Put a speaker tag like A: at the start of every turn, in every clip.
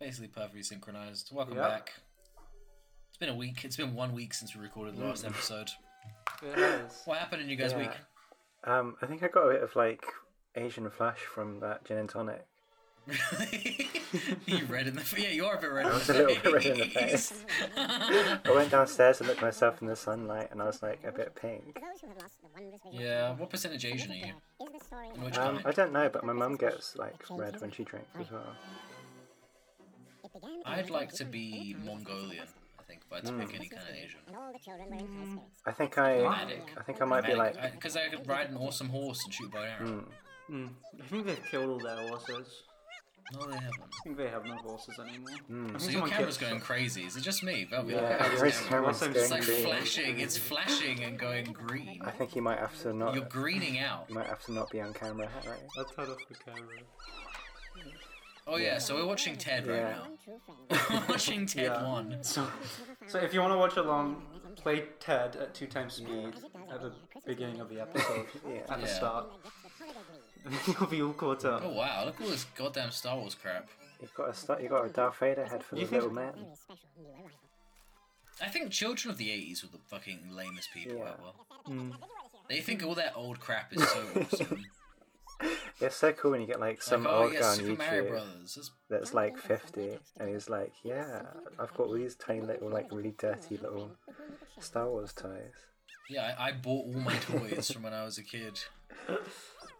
A: Basically, perfectly synchronized. Welcome
B: Yep.
A: back. It's been a week. It's been one week since we recorded the last episode.
B: It is.
A: What happened in you guys'
C: Yeah.
A: week?
C: Um, I think I got a bit of like Asian flash from that gin and tonic.
A: Really? you red in the face. Yeah, you are a bit red in the
C: was a little bit red in the
A: face.
C: I went downstairs and looked myself in the sunlight, and I was like a bit pink.
A: yeah, what percentage Asian are you? In which
C: Um,
A: kind?
C: I don't know, but my mum gets like red when she drinks as well.
A: I'd like to be Mongolian, I think, if I had to
D: Mm.
A: pick any kind of Asian.
C: I think I,
A: Nomadic.
C: I think I might be like,
A: Because I, could ride an awesome horse and shoot bow and arrow.
B: Mm. I think they've killed all their horses.
A: No, they haven't.
B: I think they have no horses anymore. I think
A: So your
B: someone
A: camera's
B: killed-
A: going crazy. Is it just me? That'll be
C: yeah,
A: like,
C: I'm
A: "Oh,
C: very
A: it's
C: scared
B: Unless I'm
C: it's
A: It's like
C: going to be-
A: flashing. It's flashing and going green.
C: I think you might have to not,
A: You're greening out.
C: you might have to not be on camera. Right?
B: I turned off the camera.
A: Oh yeah, so we're watching Ted right
C: Yeah.
A: now. We're watching Ted
B: Yeah.
A: one.
B: So, so if you want to watch along, play Ted at two times speed at the beginning of the episode,
C: Yeah.
B: at the
A: Yeah.
B: start. You'll be all caught up.
A: Oh wow, look at all this goddamn Star Wars crap.
C: You got a st- you got a Darth Vader head for the
B: You think-
C: little man.
A: I think children of the '80s were the fucking lamest people
C: Yeah.
A: ever. They think all their old crap is so awesome.
C: It's so cool when you get like some
A: like, oh
C: old
A: yeah,
C: guy on
A: Super Mario
C: YouTube
A: Brothers. That's-
C: that's like 50, and he's like, yeah, I've got all these tiny little like really dirty little Star Wars toys.
A: Yeah, I, I bought all my toys from when I was a kid.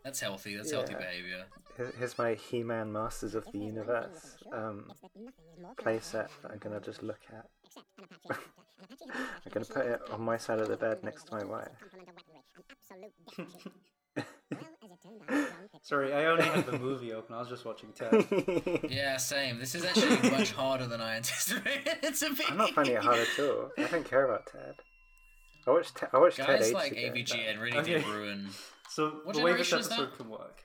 A: That's healthy. That's healthy
C: Yeah.
A: behavior.
C: Here's- Here's my He-Man Masters of the Universe um, playset that I'm gonna just look at. I'm gonna put it on my side of the bed next to my wife.
B: Sorry, I only had the movie open. I was just watching Ted.
A: Yeah, same. This is actually much harder than I anticipated it to be.
C: I'm not finding it hard at all. I don't care about Ted. I watched Te- I watched Ted
A: Guys
C: ages
A: like
C: ago.
A: AVGN really
B: Okay.
A: did ruin.
B: So
A: What
B: the way this
A: generation is that?
B: episode can work.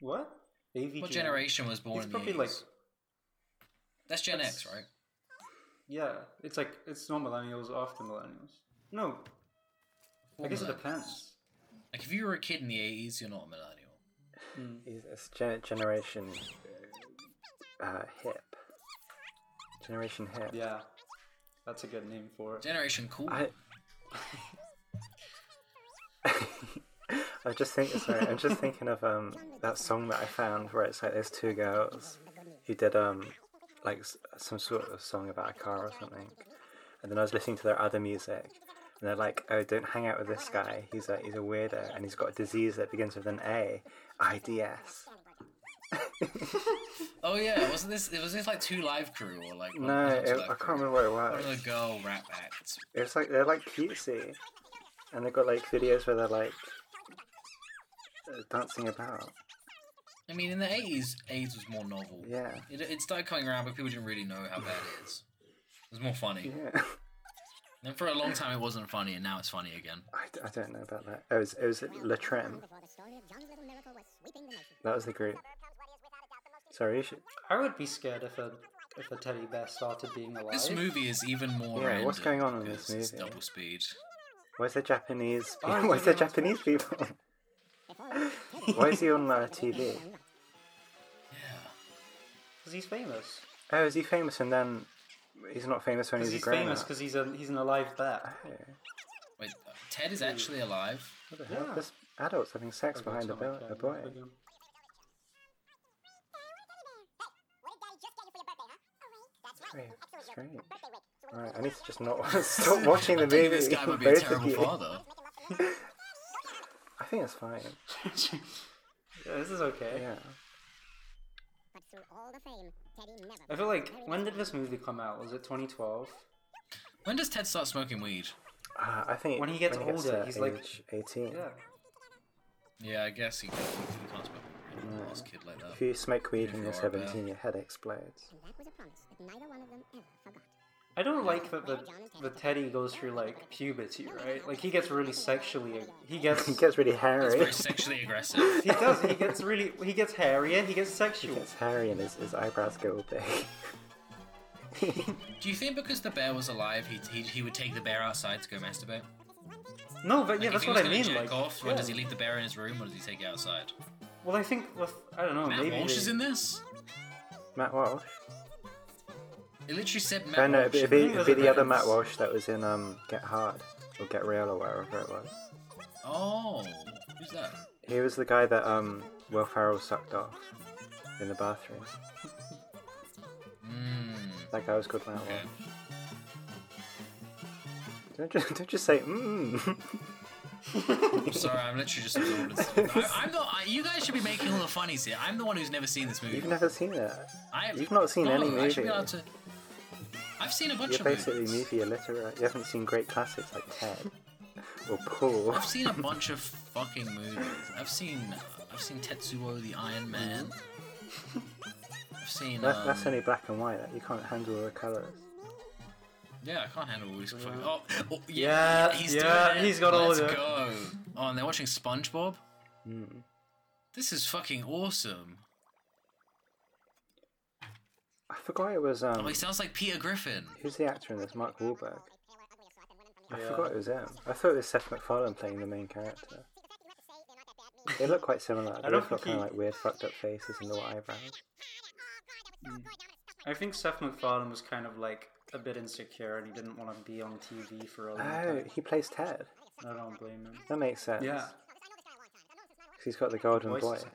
B: What? AVG.
A: What generation was born
B: It's
A: in the
B: probably
A: 80s?
B: like
A: That's Gen
B: that's-
A: X, right?
B: yeah. It's like it's not millennials after millennials. No, I
A: What
B: guess it
A: millennial?
B: depends.
A: Like if you were a kid in the eighties, you're not a millennial.
C: It's gen- generation uh, hip. Generation hip.
B: Yeah, that's a good name for it.
A: Generation cool.
C: I. I just think sorry, I'm just thinking of um that song that I found where it's like there's two girls who did um like s- some sort of song about a car or something, and then I was listening to their other music, and they're like, oh, don't hang out with this guy. He's a he's a weirdo and he's got a disease that begins with an A, IDS.
A: oh yeah, wasn't this? It was this like two live crew or like one
C: No,
A: person's
C: it,
A: live
C: I
A: crew?
C: can't remember what it
A: One
C: was.
A: of the girl rap acts.
C: It's like they're like cutesy, and they've got like videos where they're like uh, dancing about.
A: I mean, in the eighties, AIDS was more novel.
C: Yeah,
A: It, it started coming around, but people didn't really know how bad it is. It was more funny.
C: yeah.
A: And for a long time, it wasn't funny, and now it's funny again.
C: I, d- I don't know about that. Oh, It was it was La Trem. That was the group. Sorry, you should.
B: I would be scared if a if a teddy bear started being alive.
A: This movie is even more.
C: Yeah, what's
A: random
C: going on in this
A: because It's
C: movie?
A: double speed.
C: Where's the Japanese?
B: Oh, I
C: Where's the
B: don't know.
C: Japanese people? Why is he on uh, TV?
A: Yeah.
B: because he's famous.
C: Oh, is he famous? And then he's not famous when
B: Because
C: he's,
B: he's
C: a grown
B: famous
C: up.
B: because he's a he's an alive bear.
C: Oh,
A: Wait, Ted is actually alive.
C: what the hell?
B: Yeah.
C: There's adults having sex
B: Okay,
A: Oh,
C: behind
B: so
C: a,
B: I
C: bill-
B: can't
C: a boy.
B: remember.
C: Oh, Very strange. Alright, I need to just not stop
A: This-
C: watching the
A: I think
C: movie.
A: this guy might be a
C: Both of
A: terrible
C: you.
A: father.
C: I think it's fine.
B: yeah, this is okay.
C: Yeah.
B: I feel like when did this movie come out? Was it 2012?
A: When does Ted start smoking weed?
C: Uh, I think
B: When he gets older,
C: to
B: he's like-
C: age eighteen.
B: Yeah.
A: Yeah, I guess he, he can't smoke weed with a
C: No.
A: lost kid like
C: If
A: that.
C: you smoke weed
A: If
C: when
A: you
C: you're
A: are a bear.
C: 17, your head explodes.
B: I don't like that the, the teddy goes through like puberty, right? Like he gets really sexually. uh, He gets.
C: He gets really hairy.
A: Very sexually aggressive.
B: he does. He gets really. He gets hairier. He gets
C: He
B: sexual.
C: gets hairy and his, his eyebrows go all big.
A: Do you think because the bear was alive, he, he, he would take the bear outside to go masturbate?
B: No, but yeah,
A: Like, if
B: that's
A: he
B: what
A: was
B: I
A: gonna
B: mean.
A: Jack
B: Like,
A: off,
B: yeah.
A: or does he leave the bear in his room, or does he take it outside?
C: Oh,
B: Well, I think with, I don't know.
A: Matt
B: maybe
A: Walsh
B: they-
A: is in this.
C: Matt Walsh.
A: It literally said Matt
C: No, no,
A: Walsh.
C: it'd be, it'd be, it'd be the other
B: Matt
C: Matt Walsh that was in um, Get Hard or Get Real or whatever it was.
A: Oh, who's that?
C: He was the guy that um, Will Ferrell sucked off in the bathroom.
A: Mm,
C: That guy was called Matt
A: okay.
C: Walsh. Don't just, don't just say, mmm.
A: I'm sorry, I'm literally just absorbed. in stuff. I, I'm not. I, you guys should be making all the funnies here. I'm the one who's never seen this movie.
C: You've never seen it.
A: I,
C: you've not seen
A: no,
C: any
A: I should
C: movie.
A: be allowed to. I've seen a bunch
C: You're
A: of
C: basically
A: movies.
C: movie illiterate. You haven't seen great classics like Ted or Paul.
A: I've seen a bunch of fucking movies. I've seen. I've seen Tetsuo the Iron Man. I've seen.
C: That's,
A: um,
C: that's only black and white. That you can't handle the colours.
A: Yeah, I can't handle all these fucking. Oh, oh,
B: Yeah,
A: he's
B: yeah,
A: doing it.
B: he's got all
A: Let's
B: of it.
A: go. Oh, and they're watching SpongeBob.
C: Mm.
A: This is fucking awesome.
C: I forgot it was um.
A: Oh, he sounds like Peter Griffin.
C: Who's the actor in this? Mark Wahlberg. I
B: Yeah.
C: forgot it was him. I thought it was Seth MacFarlane playing the main character. They look quite similar. They
B: don't
C: both got
B: think
C: kind
B: he-
C: of like weird, fucked up faces and little eyebrows.
B: I think Seth MacFarlane was kind of like a bit insecure and he didn't want to be on TV for a long
C: Oh,
B: time.
C: he plays Ted.
B: I don't blame him.
C: That makes sense.
B: Yeah,
C: 'Cause he's got the golden
B: voice
C: voice.
B: is-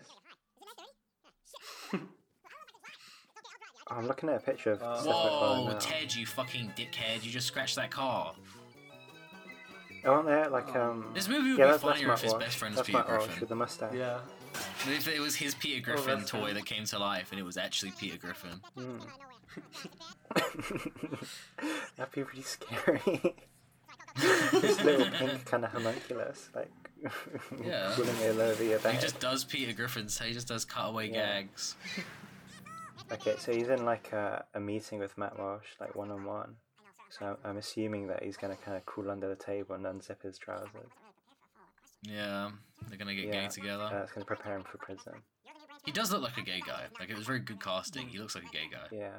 C: Oh, I'm looking at a picture of
B: Uh,
C: Seth MacFarlane
A: Whoa,
C: now.
A: Ted, you fucking dickhead! You just scratched that car.
C: Aren't there like um?
A: This movie would
C: yeah,
A: be
C: that's, that's
A: funnier
C: Matt
A: if his
C: Walsh.
A: best friend's
C: That's
A: Peter
C: Matt Walsh
A: Griffin.
C: with the mustache.
B: yeah.
A: If it was his Peter Griffin
B: that's
A: toy
B: him.
A: that came to life and it was actually Peter Griffin.
C: That'd be really scary. this little pink kind of homunculus, like
A: Yeah.
C: pulling all over your
A: He
C: back.
A: just does Peter Griffin's. He just does cutaway
C: Yeah.
A: gags.
C: Okay, so he's in like a, a meeting with Matt Walsh, like one on one. So I'm, I'm assuming that he's gonna kind of crawl under the table and unzip his trousers.
A: Yeah, they're gonna get
C: Yeah,
A: gay together.
C: Uh, it's gonna prepare him for prison.
A: He does look like a gay guy. Like it was very good casting. He looks like a gay guy.
C: Yeah.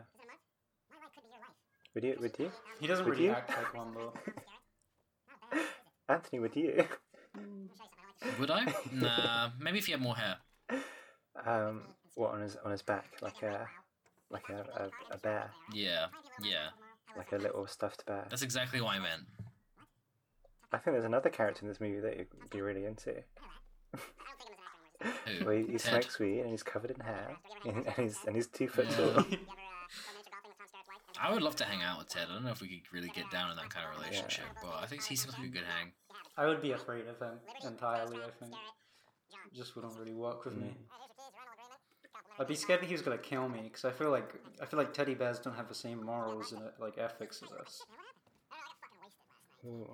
C: Would you? Would you?
B: He doesn't
C: Would
B: really
C: you?
B: act like one though.
C: Anthony, would you?
A: Would I? Nah. Maybe if he had more hair.
C: Um, what on his on his back, like a like a, a, a bear,
A: Yeah. Yeah.
C: like a little stuffed bear.
A: That's exactly what I meant.
C: I think there's another character in this movie that you'd be really into.
A: Who?
C: Where he, he
A: Ted?
C: smokes weed and he's covered in hair and, and he's and he's two foot
A: Yeah.
C: tall.
A: I would love to hang out with Ted. I don't know if we could really get down in that kind of relationship, but I think he seems like a good hang.
B: I would be afraid of him entirely. I think just wouldn't really work with me.
C: Mm.
B: I'd be scared that he was gonna kill me because I feel like I feel like teddy bears don't have the same morals and uh, like ethics as us.
C: Ooh.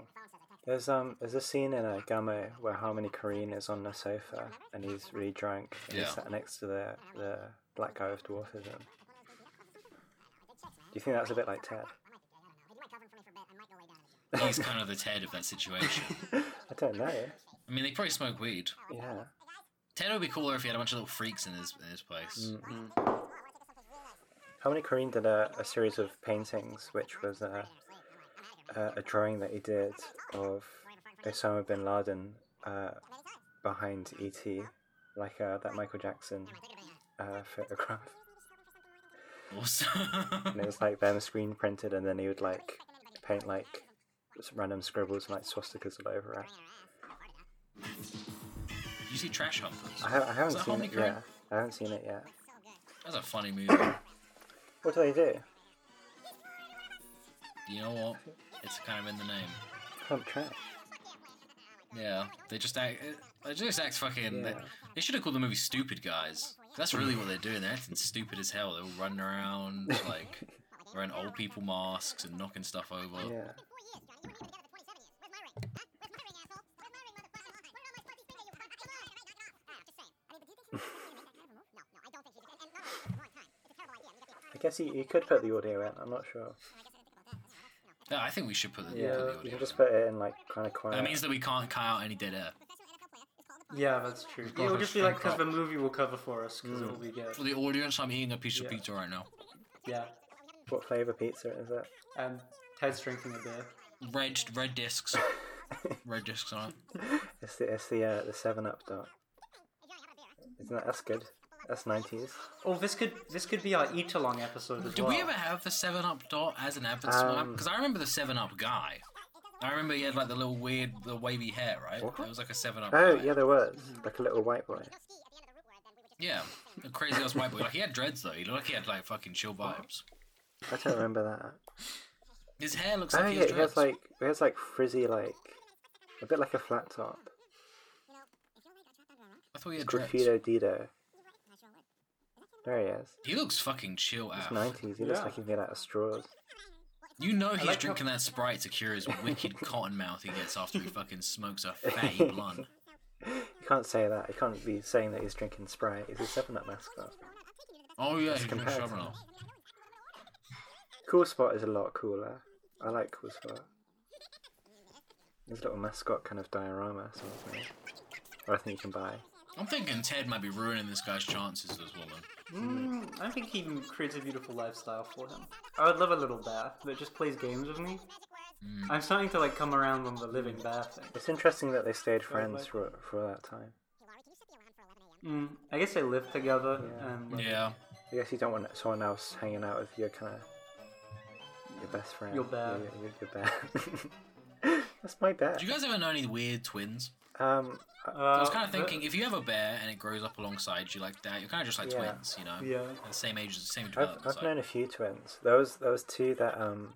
C: There's um there's a scene in a Gamo where Harmony Korine is on the sofa and he's really drunk and
A: Yeah.
C: he's sat next to the the black guy with dwarfism. Do you think that's a bit like Ted?
A: He's kind of the Ted of that situation.
C: I don't know.
A: I mean, they probably smoke weed.
C: Yeah.
A: Ted would be cooler if he had a bunch of little freaks in his in his place.
C: Mm-hmm. Harmony Korine did a, a series of paintings, which was a, a, a drawing that he did of Osama bin Laden uh, behind E.T., like uh, that Michael Jackson uh, photograph. Mm.
A: Also,
C: And it was like them screen printed, and then he would like paint like just random scribbles and like swastikas all over it.
A: you see Trash Humpers.
C: I, ha- I
A: that
C: haven't seen
A: Harmony
C: it
A: Korine?
C: yet. I haven't seen it yet.
A: That's a funny movie.
C: What do they do?
A: You know what? It's kind of in the name.
C: Pump track.
A: Yeah, they just act. They just act fucking. They, they should have called the movie "Stupid Guys." That's really what they're doing. They're acting stupid as hell. They're all running around like wearing old people masks and knocking stuff over.
C: Yeah. I guess you, you could put the audio in. I'm not sure.
A: No, I think we should put the, put the
C: you
A: audio.
C: can just put it in like kind of quiet.
A: That means that we can't cut out any dead air.
B: Yeah, that's true. Mm.
A: got
B: It'll
A: a
B: just be like because
A: strong
B: the movie will cover for us because it'll be good.
A: For the audience, I'm eating a piece of
B: Yeah.
A: pizza right now.
B: Yeah,
C: What flavor pizza is it?
B: and Ted's drinking a beer.
A: Red, red discs. red discs on it.
C: It's the it's the uh, the Seven Up dot. Isn't that that's good? That's nineties.
B: Oh, this could this could be our eat along episode as
A: Did
B: well.
A: we ever have the Seven Up dot as an advertisement?
C: Um,
A: Because I remember the Seven Up guy. I remember he had like the little weird, the wavy hair, right?
C: What?
A: It was like a Seven Up.
C: Oh
A: guy.
C: yeah, there was like a little white boy.
A: Yeah, a crazy ass white boy. Like he had dreads though. He looked like he had like fucking chill vibes.
C: I don't remember
A: His hair looks
C: that. Oh
A: like he
C: yeah,
A: has
C: he has
A: dreads.
C: like he has like frizzy like a bit like a flat top.
A: I thought he had dreads.
C: Graffito Dido. There he is.
A: He looks fucking chill
C: It's
A: out.
C: nineties. He looks
B: Yeah.
C: like he's made out of straws.
A: You know he's
B: like how-
A: drinking that Sprite to cure his wicked cotton mouth he gets after he fucking smokes a fatty blunt.
C: You can't say that. You can't be saying that he's drinking Sprite. He's a Seven Up mascot.
A: Oh yeah, he's drinking
C: comparative.
A: Charbonnel.
C: Cool Spot is a lot cooler. I like Cool Spot. There's a little mascot kind of diorama sort of thing. Or I think you can buy.
A: I'm thinking Ted might be ruining this guy's chances as well. Then.
B: Mm, I think he creates a beautiful lifestyle for him. I would love a little bath that just plays games with me.
A: Mm.
B: I'm starting to like come around on the living bath thing.
C: It's interesting that they stayed friends
B: like-
C: for for that time.
B: Mm, I guess they live together
C: Yeah.
B: and like,
A: Yeah,
C: I guess you don't want someone else hanging out with your kind of your best friend.
B: Your bear.
C: Your, your, your bear. That's my bear.
A: Do you guys ever know any weird twins?
C: Um,
A: I
B: uh,
A: was kind of
B: but-
A: thinking if you have a bear and it grows up alongside you like that, you're kind of just like
C: Yeah.
A: twins, you know?
B: Yeah.
A: And same age, same
C: I've,
A: development.
C: I've
A: cycle.
C: known a few twins. There was there was two that um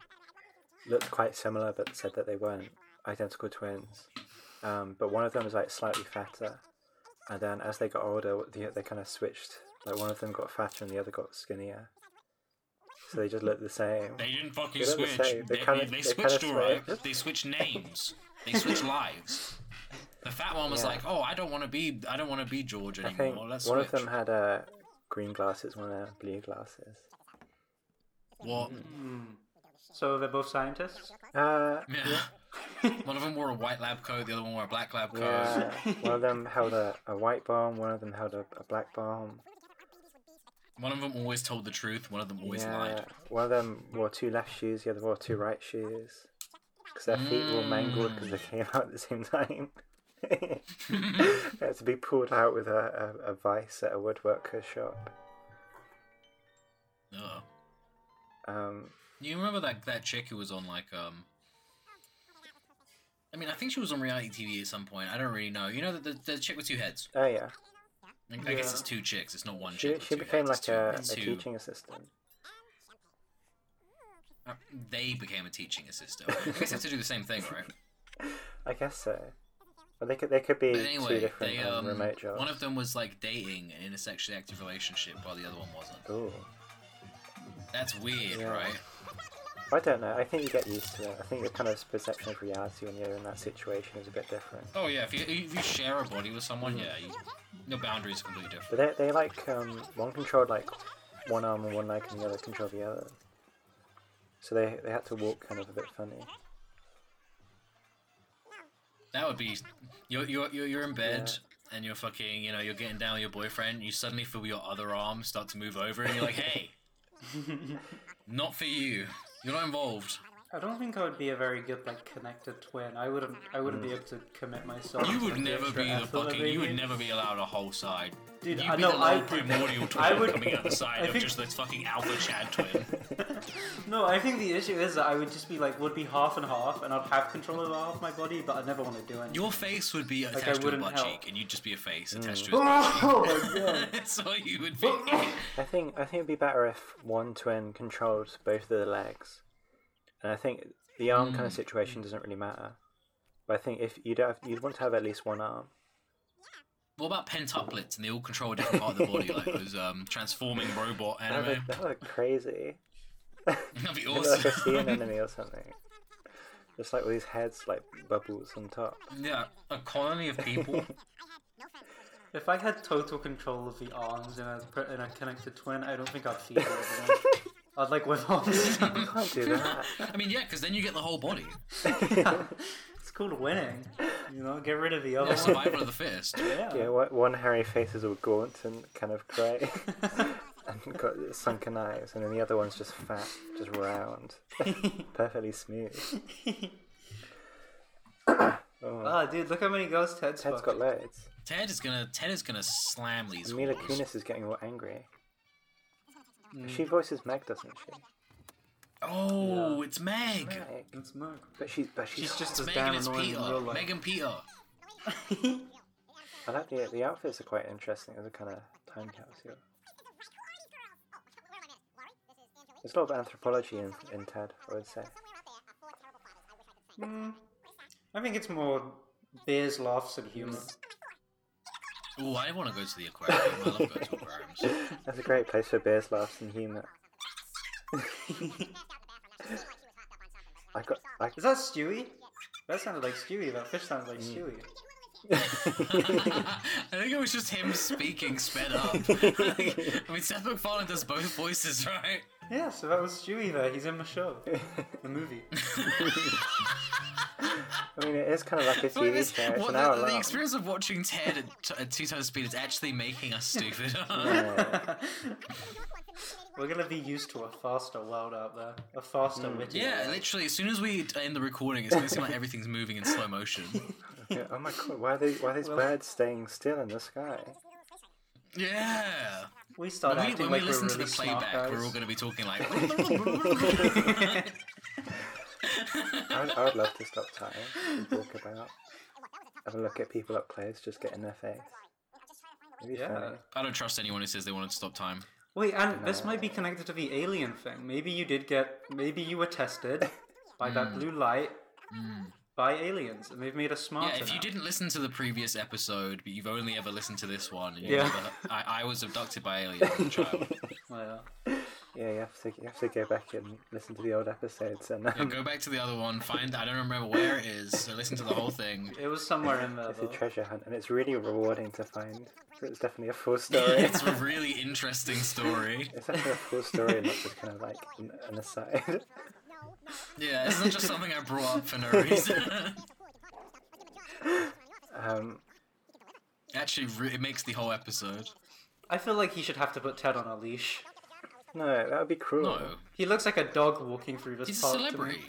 C: looked quite similar, but said that they weren't identical twins. Um, but one of them was like slightly fatter, and then as they got older, they, they kind of switched. Like one of them got fatter and the other got skinnier. So they just looked the same.
A: They didn't fucking
C: They don't
A: switch.
C: say-
A: They,
C: they kinda-
A: they,
C: they
A: switched,
C: kinda
A: alright.
C: switched.
A: They switched names. They switched lives. The fat one was
C: Yeah.
A: like, "Oh, I don't want to be, I don't want to be George
C: I
A: anymore.
C: think
A: Let's
C: one
A: switch."
C: of them had uh, green glasses, one had blue glasses.
A: what?
B: Mm. So they're both scientists.
C: Uh,
A: Yeah. one of them wore a white lab coat. The other one wore a black lab coat.
C: yeah. one of them held a, a white bomb, one of them held a, a black bomb.
A: One of them always told the truth. One of them always lied.
C: One of them wore two left shoes, the other wore two right shoes. Because their feet were all mangled because they came out at the same time. they had to be pulled out with a, a, a vice at a woodworker shop.
A: Ugh.
C: Um,
A: You remember that that chick who was on like um. I mean, I think she was on reality TV at some point. I don't really know. You know that the, the chick with two heads.
C: oh, yeah.
A: I, I guess
B: Yeah.
A: it's two chicks. It's not one
C: She,
A: chick. with
C: she
A: two
C: became
A: heads.
C: like a,
A: It's
C: a
A: two- it's two-
C: teaching assistant.
A: Uh, they became a teaching assistant. I guess they have to do the same thing, right?
C: I guess so. But they could, they could be
A: But
C: two
A: anyway,
C: different
A: they
C: um,
A: um,
C: remote jobs.
A: one of them was like dating an intersexually active relationship, while the other one wasn't.
C: Ooh.
A: That's weird,
C: Yeah.
A: right?
C: I don't know. I think you get used to it. I think your kind of perception of reality when you're in that situation is a bit different.
A: Oh yeah, if you, if you share a body with someone, yeah, you, your boundaries are completely different.
C: But they, they like um, one controlled like one arm and one leg, and the other controlled the other. So they they had to walk kind of a bit funny.
A: That would be you're you're you're, you're in bed. And you're fucking, you know, you're getting down with your boyfriend. You suddenly feel your other arm start to move over, and you're like, "Hey, not for you. You're not involved.
B: I don't think I would be a very good like connected twin. I would have. I wouldn't be able to commit myself.
A: You
B: to, like,
A: would
B: the
A: never
B: extra
A: be the
B: effort that
A: fucking.
B: they
A: You would
B: need.
A: never be allowed a whole side.
B: Dude,
A: You'd
B: I
A: be
B: know.
A: the
B: I
A: little primordial twin
B: I would-
A: coming out the side
B: I
A: of
B: think-
A: just this fucking alpha Chad twin.
B: No, I think the issue is that I would just be like, would be half and half, and I'd have control over half my body, but I'd never want to do anything.
A: Your face would be attached
B: I
A: to a
B: wouldn't
A: butt
B: help. Mm.
A: cheek, and you'd just be a face attached to his
B: oh my god!
A: butt. That's all you would be.
C: I think I think it'd be better if one twin controlled both of the legs, and I think the arm kind of situation doesn't really matter. But I think if you'd have you'd want to have at least one arm.
A: what about pentuplets, and they all control a different part of the body, like those um, transforming robot
C: That would,
A: anime?
C: that would look crazy.
A: That'd be
C: It'd be like a sea
A: awesome.
C: anemone or something. Just like with these heads like bubbles on top.
A: yeah, a colony of people.
B: If I had total control of the arms in a pr- in a connected twin, I don't think I'd feel it. I'd like with arms.
C: You can't do that.
A: I mean, yeah, because then you get the whole body.
B: it's called winning. You know, get rid of the other
A: The
B: one.
A: survival of the fittest.
B: Yeah.
C: Yeah, one one hairy face is all gaunt and kind of grey, and got sunken eyes, and then the other one's just fat, just round, perfectly smooth. Oh.
B: Ah, dude, look how many girls Ted's
C: Ted's got
B: fucking.
C: loads.
A: Ted is gonna Ted is gonna slam these
C: Mila
A: walls.
C: Kunis is getting all angry.
B: Mm.
C: She voices Meg, doesn't she?
A: Oh,
B: Yeah.
A: it's Meg.
C: Meg.
B: That's Mark.
C: But she's but she's,
B: She's just
A: It's
B: as
A: Meg
B: damn
A: and it's
B: annoying in
A: Peter.
B: real life.
A: Meg and Peter.
C: I like the the outfits are quite interesting. They're kind of time capsule.
D: Oh,
C: There's a lot of anthropology in, in Ted, I would say.
B: Mm. I think it's more beers, laughs, and humor.
A: Ooh, I want to go to the aquarium. I love going to aquariums.
C: That's a great place for beers, laughs, and humour. I got I
B: Is that Stewie? That sounded like Stewie. That fish sounded like Stewie.
A: I think it was just him speaking sped up. I mean, Seth MacFarlane does both voices, right?
B: Yeah, so that was Stewie there. He's in the show, the movie.
C: I mean, it is kind of like a
A: Like
C: TV
A: this-
C: show. It's
A: what
C: an
A: the,
C: hour
A: the
C: long.
A: experience of watching Ted at, t- at two times speed is actually making us stupid.
C: Yeah.
B: We're gonna be used to a faster world out there, a faster, wittier.
A: yeah,
B: world.
A: literally, as soon as we end the recording, it's going to seem like everything's moving in slow motion.
C: Yeah, Oh my god, why are, they, why are these
B: Well-
C: birds staying still in the sky?
A: Yeah.
B: we
A: When
B: start
A: we,
B: acting
A: when we
B: like we're
A: listen
B: really
A: to the playback,
B: smart guys.
A: we're all going to be talking like.
C: I would, I would love to stop time and walk about. Have a look at people up close, just get in their face. It'd be
B: Yeah.
C: funny.
A: I don't trust anyone who says they wanted to stop time.
B: Wait, and this might be connected to the alien thing. Maybe you did get. Maybe you were tested by
A: Mm.
B: that blue light by aliens, and they've made us smarter.
A: Yeah, if you
B: now.
A: didn't listen to the previous episode, but you've only ever listened to this one, and you
B: Yeah.
A: never- I, I was abducted by aliens as a child.
B: Well,
C: Yeah, you have to you have to go back and listen to the old episodes and
A: Yeah,
C: um,
A: go back to the other one. Find I don't remember where it is. So listen to the whole thing.
B: it was somewhere in there.
C: it's a
B: Though.
C: treasure hunt, and it's really rewarding to find. So it's definitely a full story.
A: it's a really interesting story.
C: it's actually a full story, not just kind of like an, an aside.
A: Yeah, it's not just something I brought up for no reason.
C: um,
A: Actually, re- it makes the whole episode.
B: I feel like he should have to put Ted on a leash.
C: no, that would be cruel.
A: No,
B: He looks like a dog walking through this
A: he's a
B: park. to me.
A: celebrity.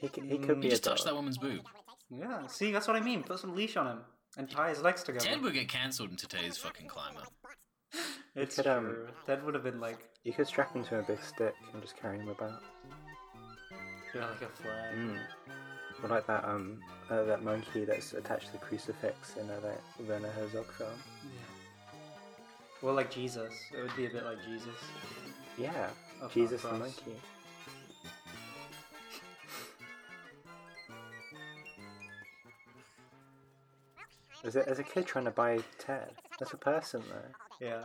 C: He, c- he could be
A: He
C: a
A: Mm, just
C: dog.
A: touched that woman's boob.
B: Yeah, see, that's what I mean. Put some leash on him and tie his legs together.
A: Ted would get cancelled in today's fucking climate.
B: it's
C: Ted, um,
B: true. Ted would have been like,
C: You could strap him to a big stick and just carry him about.
B: you know, like a flag.
C: Mm. Or like that um uh, that monkey that's attached to the crucifix in uh, that Werner Herzog film.
B: Well, like Jesus. It would be a bit like Jesus.
C: Yeah,
B: Up on
C: Jesus the
B: cross.
C: monkey. There's a, there's a kid trying to buy Ted. That's a person though,
B: Yeah.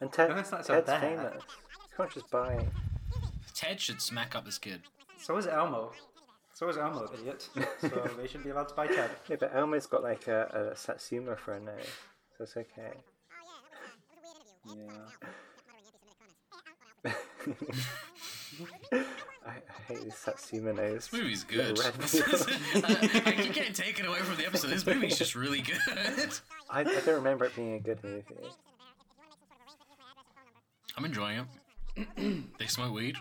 C: and Ted,
B: No, that's not so
C: Ted's
B: bad.
C: famous. You can't just buy.
A: Ted should smack up this kid.
B: So is Elmo. So is Elmo, idiot. so they should be allowed to buy Ted.
C: Yeah, but Elmer's got like a, a satsuma for a nose, so it's okay.
B: Yeah.
C: I, I hate these satsuma nose.
A: This movie's good.
C: Red
A: This is- I, I keep getting taken away from the episode. This movie's just really good.
C: I, I don't remember it being a good movie.
A: I'm enjoying it. they smoke weed.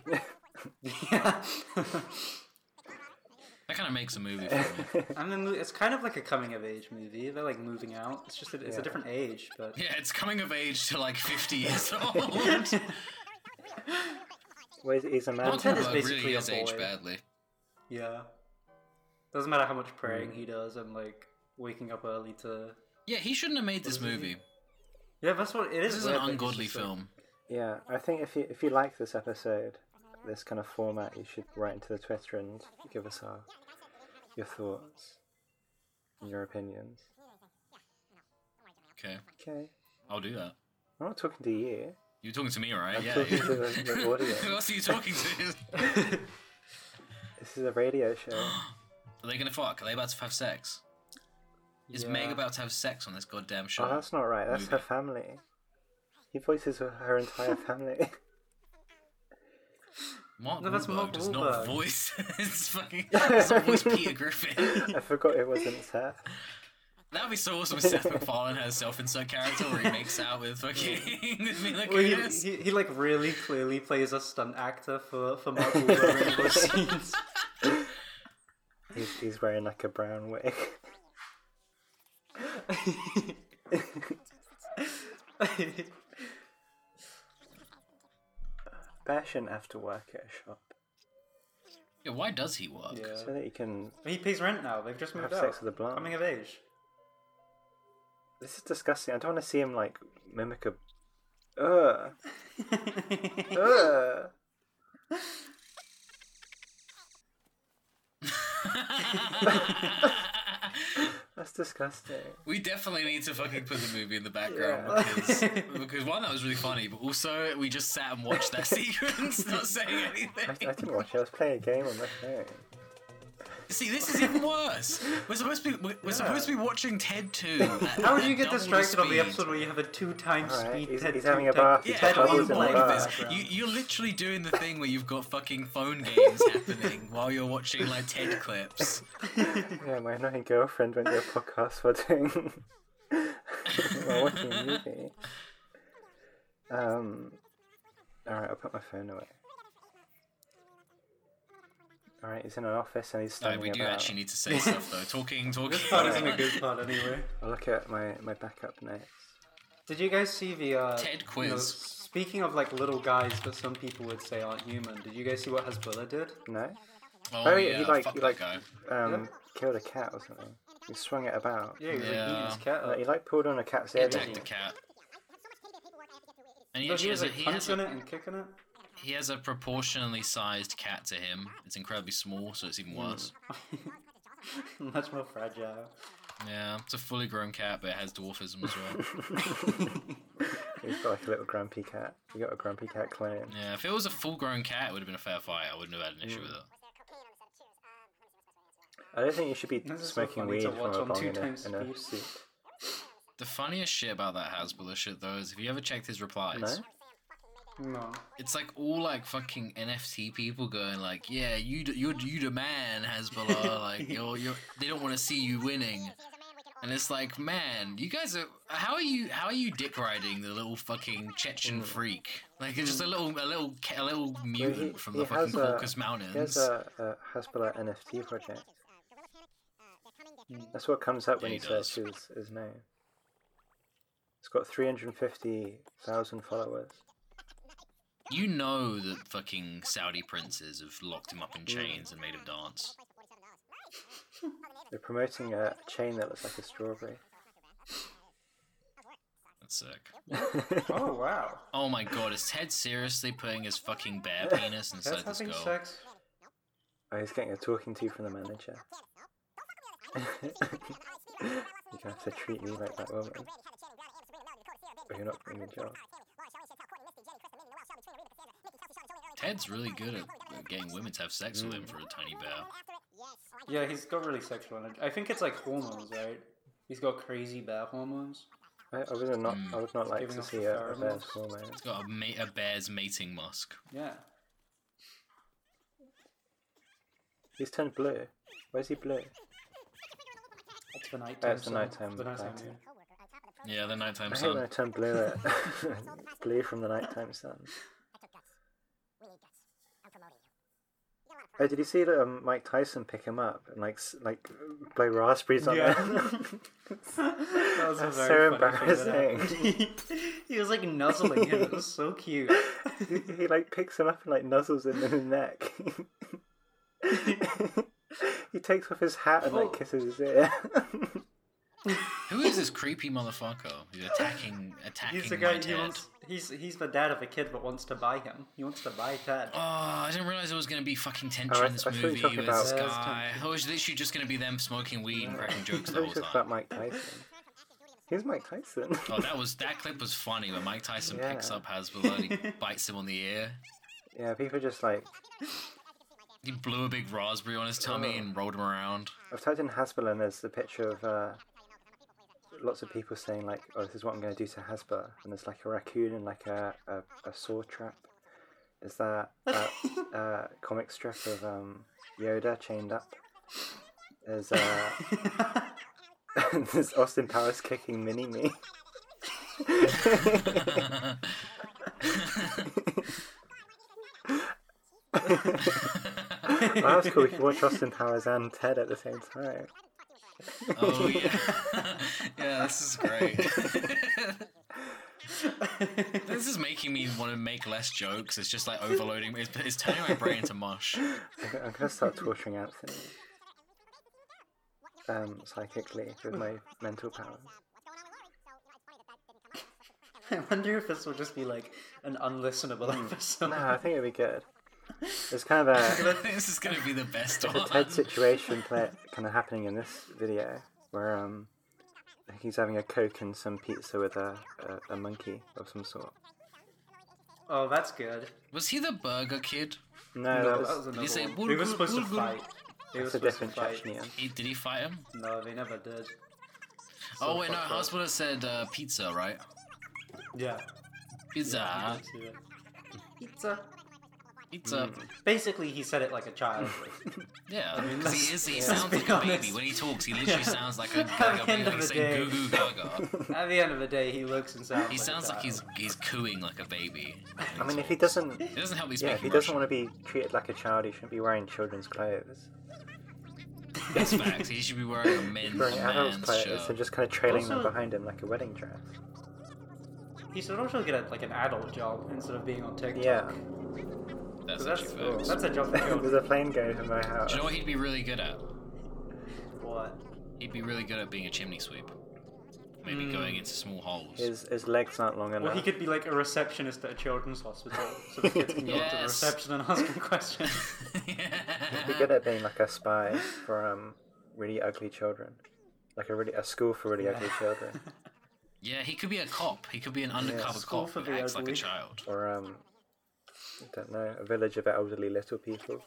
A: That kind of makes a movie for me.
B: and then it's kind of like a coming of age movie. They're like moving out. It's just a, it's a
C: Yeah.
B: different age, but
A: Yeah, it's coming of age to like 50 years old.
C: Where he's- he's a man.
B: Ted is
A: Well, it
B: basically
A: really
B: a
A: is aged
B: boy.
A: badly.
B: yeah. Doesn't matter how much praying he does and like waking up early to.
A: Yeah, he shouldn't have made this movie.
B: Yeah, that's what it is.
A: This is
B: weird
A: an
B: that he's
A: ungodly
B: just, like-
A: film.
C: Yeah, I think if you if you like this episode, this kind of format, you should write into the Twitter and give us our your thoughts and your opinions.
A: Okay,
C: Okay,
A: I'll do that.
C: I'm not talking to you.
A: You're talking to me, right?
C: I'm
A: yeah.
C: talking
A: you-
C: to the, the
A: Who
C: audience.
A: else are you talking to?
C: This is a radio show.
A: Are they gonna fuck? Are they about to have sex? Is
B: Yeah.
A: Meg about to have sex on this goddamn show?
C: Oh, that's not right. That's her
A: Movie.
C: family. He voices her- her entire family.
A: Mark
B: No, that's
A: Wahlberg
B: Mark
A: does not
B: Wahlberg.
A: voice. it's fucking. Does not voice Peter Griffin.
C: I forgot it wasn't her.
A: That would be so awesome if Seth MacFarlane had a self-insert character where he makes out with fucking with Mila
B: Well, he,
A: Kunis.
B: he, he like really clearly plays a stunt actor for for Mark Wahlberg in those scenes.
C: He's, he's wearing like a brown wig. Bear shouldn't have to work at a shop
A: Yeah, why does he work?
B: Yeah.
C: so that he can.
B: He pays E rent now. They've just
C: Have
B: moved
C: sex
B: out.
C: with a blonde.
B: Coming of age.
C: This is disgusting. I don't want to see him like mimic a. Ugh. Ugh. That's disgusting.
A: we definitely need to fucking put the movie in the background
C: Yeah.
A: because, because one that was really funny, but also we just sat and watched that sequence, not saying
C: I, I
A: anything.
C: didn't watch it. I was playing a game on my phone.
A: See, this is even worse. We're supposed to be we're, we're supposed to be watching Ted Two.
B: How would you get distracted on the episode where you have a two times
C: All right,
B: speed?
C: he's-
B: Ted
C: he's
B: two
C: having a
B: time-
C: bath, he's
A: Yeah,
C: got
B: Ted
A: I
C: bubbles
A: don't
B: one
C: in the
A: believe
B: playing in the
C: bath.
A: this.
B: background.
A: You, you're literally doing the thing where you've got fucking phone games happening while you're watching like TED clips.
C: Yeah, my annoying girlfriend went to a podcast we're doing. we're watching a movie. Um. All right, I'll put my phone away. All right, he's in an office and he's
A: No,
C: standing
A: Oh, we do
C: about.
A: actually need to say stuff though. Talking, talking.
B: This part isn't a good part anyway.
C: I'll look at my my backup notes.
B: Did you guys see the uh,
A: Ted
B: you
A: quiz.
B: know, speaking of like little guys that some people would say aren't human, did you guys see what Hezbollah did?
C: No.
A: Oh,
C: Oh, yeah,
A: yeah,
C: he like
A: fuck
C: he
A: that
C: like
A: guy.
C: um killed a cat or something. He swung it about.
B: Yeah, he was like
A: Yeah.
B: eating his cat
C: Like,
B: up.
C: he like pulled on a cat's ear.
A: attacked
C: didn't
A: the
C: he?
A: cat. And he
B: No,
A: actually
B: he was
A: has a,
B: like
A: he has
B: punching
A: a,
B: it and kicking it.
A: he has a proportionally sized cat to him. It's incredibly small, so it's even worse.
B: Much more fragile.
A: Yeah, it's a fully grown cat, but it has dwarfism as well.
C: He's got like a little grumpy cat. He got a grumpy cat clone.
A: yeah, if it was a full grown cat, it would have been a fair fight. I wouldn't have had an issue with it. Um,
C: I don't think you should be
B: This is so
C: smoking
B: funny
C: weed
B: to
C: from
B: watch
C: a
B: on
C: bong
B: two
C: in a,
B: times
C: in a
B: speed.
C: suit.
A: The funniest shit about that Hasbulla shit though is if you ever checked his replies,
C: No.
B: No.
A: it's like all like fucking NFT people going like, yeah, you d- you're you the man Hasbulla, like you're you are they don't want to see you winning. And it's like, man, you guys are how are you how are you dick riding the little fucking Chechen freak? Like it's just a little a little ca- a little mutant from the
C: Mm. he has
A: fucking
C: a-
A: Caucasus
C: He has
A: Mountains.
C: a, a Hezbollah NFT project. That's what comes up when
A: Yeah,
C: you
A: he does.
C: search his, his name. It's got 350,000 followers.
A: You know that fucking Saudi princes have locked him up in chains and made him dance.
C: They're promoting a chain that looks like a strawberry.
A: That's sick.
B: Oh wow.
A: Oh my god, is Ted seriously putting his fucking bear penis
B: That's
A: inside this
B: having
A: girl?
B: sex.
C: Oh, he's getting a talking to from the manager. You're gonna have to treat me like that woman. Or you're not doing your job.
A: Ted's really good at uh, getting women to have sex with him for a tiny bear.
D: Oh,
B: Yeah, he's got really sexual energy. I think it's like hormones, right? He's got crazy bad hormones.
C: I, I would not.
A: Mm.
C: I would not like
B: Giving
C: to
B: off
C: see
B: the
C: a, a
B: pheromones.
C: bear's hormone.
A: He's got a, ma- a bear's mating musk.
B: Yeah.
C: He's turned blue. Where's he blue?
B: It's the night
C: Oh,
B: time.
C: it's the nighttime
B: The nighttime.
C: lighting.
B: yeah.
A: Yeah, the nighttime
C: I hate when
A: sun.
C: I turn blue. At, blue from the nighttime sun. Oh, did you see that um, Mike Tyson pick him up and like s- like blow raspberries on
B: Yeah.
C: him?
B: that was a
C: That's
B: very
C: so
B: funny thing that happened. he was like nuzzling him. It was so cute.
C: he, he, like picks him up and like nuzzles him in the neck. he takes off his hat and
B: Oh.
C: like kisses his ear.
A: Who is this creepy motherfucker who's attacking attacking
B: He's the
A: my
B: guy. He
A: Ted?
B: wants. He's he's the dad of a kid, but wants to buy him. He wants to buy Ted.
A: Oh, I didn't realize there was going to be fucking tension
C: Oh, I-
A: in this
C: I thought you were
A: movie
C: talking
A: with
C: about-
A: this
B: Yeah, it's
A: guy. I was literally just going to be them smoking weed and cracking jokes the
C: Don't
A: whole
C: talk about
A: time.
C: Mike Tyson. He's Mike Tyson.
A: Oh, that was that clip was funny when Mike Tyson picks
C: Yeah.
A: up Hasbulla and he bites him on the ear.
C: yeah, people just like
A: He blew a big raspberry on his
B: Oh.
A: tummy and rolled him around.
C: I've typed in Hasbula and there's a picture of uh, lots of people saying like, "Oh, this is what I'm going to do to Hasbula," and there's like a raccoon and like a a, a saw trap. Is that that uh, comic strip of um, Yoda chained up? There's uh, there's Austin Powers kicking Mini Me. Well, that's cool. You can watch Austin Powers and Ted at the same time.
A: Oh yeah, yeah. This is great. this is making me want to make less jokes. It's just like overloading. me. It's, it's turning my brain to mush.
C: I'm I'm gonna start torturing Anthony. Um, psychically with my mental powers.
B: I wonder if this will just be like an unlistenable
C: Hmm.
B: episode.
C: No, I think it'd be good. It's kind of a
A: I think this is gonna be the best
C: the
A: one.
C: Ted situation play kind of happening in this video where um he's having a coke and some pizza with a a, a monkey of some sort.
B: Oh, that's good.
A: Was he the burger kid?
C: No,
B: no,
C: that was,
B: another
A: he say
B: one. They were
A: "Wurgur,
B: supposed to
A: wurgur"?
B: fight. They were
C: that's a
B: supposed to
C: different
B: fight.
C: Chechenian.
A: He, did he fight him?
B: No, they never did.
A: oh wait, no.
B: fucked up.
A: Hospital said uh, pizza, right?
B: Yeah.
A: Pizza,
B: Pizza.
A: pizza.
B: Basically, he said it like a child.
A: Yeah,
B: Mm. mean,
A: 'cause
B: let's-
A: he is. He
B: let's
A: sounds
B: be
A: like a baby
B: honest.
A: when he talks. He literally sounds like a
B: At
A: gaga.
B: the end of
A: baby, Like
B: the
A: saying
B: day.
A: goo goo gaga.
B: At the end of the day, he looks and sounds.
A: He sounds
B: a
A: like he's
B: child.
A: he's cooing like a baby.
C: I mean, if he doesn't,
A: It doesn't help me speak.
C: yeah, if he doesn't want to be treated like a child, he shouldn't be wearing children's clothes.
A: That's facts. He should be wearing a men's
C: Wearing adults'
A: man's
C: clothes
A: shirt.
C: and just kind of trailing them
B: Also-
C: behind him like a wedding dress.
B: He should also get a, like an adult job instead of being on TikTok.
C: Yeah,
A: That's
B: 'Cause That's,
A: actually facts.
B: that's a job for
C: there's
B: children.
C: a plane going over my house.
A: Do you know what he'd be really good at?
B: what?
A: He'd be really good at being a chimney sweep.
B: Hmm.
A: Maybe going into small holes.
C: His his legs aren't long enough.
B: Well, he could be like a receptionist at a children's hospital, so the kids can go up to the
A: Yes.
B: reception and ask him questions.
C: He'd
B: Um,
C: be good at being like a spy for um really ugly children, like a really a school for really ugly children,
A: yeah, he could be a cop. He could be an undercover
B: school
A: cop
B: for
A: who
B: the
A: acts like a
B: ugly.
A: child.
C: or um I don't know a village of elderly little people.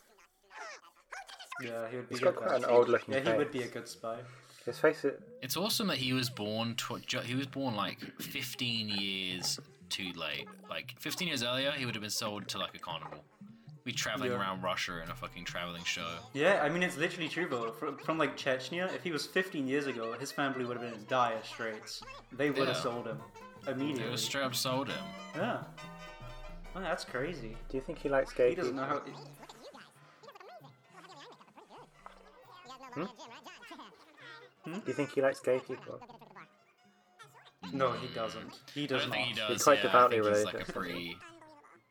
B: yeah, he would be
C: He's
B: good
C: got
B: at
C: quite
B: that.
C: an old-looking
B: Yeah, he would
C: face.
B: be a good spy.
C: His face is
A: It's awesome that he was born. Tw- ju- he was born like 15 years too late. Like 15 years earlier, he would have been sold to like a carnival. Be traveling
B: Yeah.
A: around Russia in a fucking traveling show.
B: Yeah, I mean it's literally true though. From, from like Chechnya, if he was 15 years ago, his family would have been in dire straits. They would have
A: Yeah.
B: sold him
A: It
B: immediately.
A: was straight up sold him.
B: Yeah. Wow, that's crazy.
C: Do you think he likes gay
B: He doesn't
C: people?
B: know how.
C: Do you think he likes gay people?
B: No, he doesn't. He
A: I
B: does
A: don't
B: not.
A: think he does.
C: He's quite
A: yeah,
C: devoutly
A: I think he's like a
C: religious.
A: free.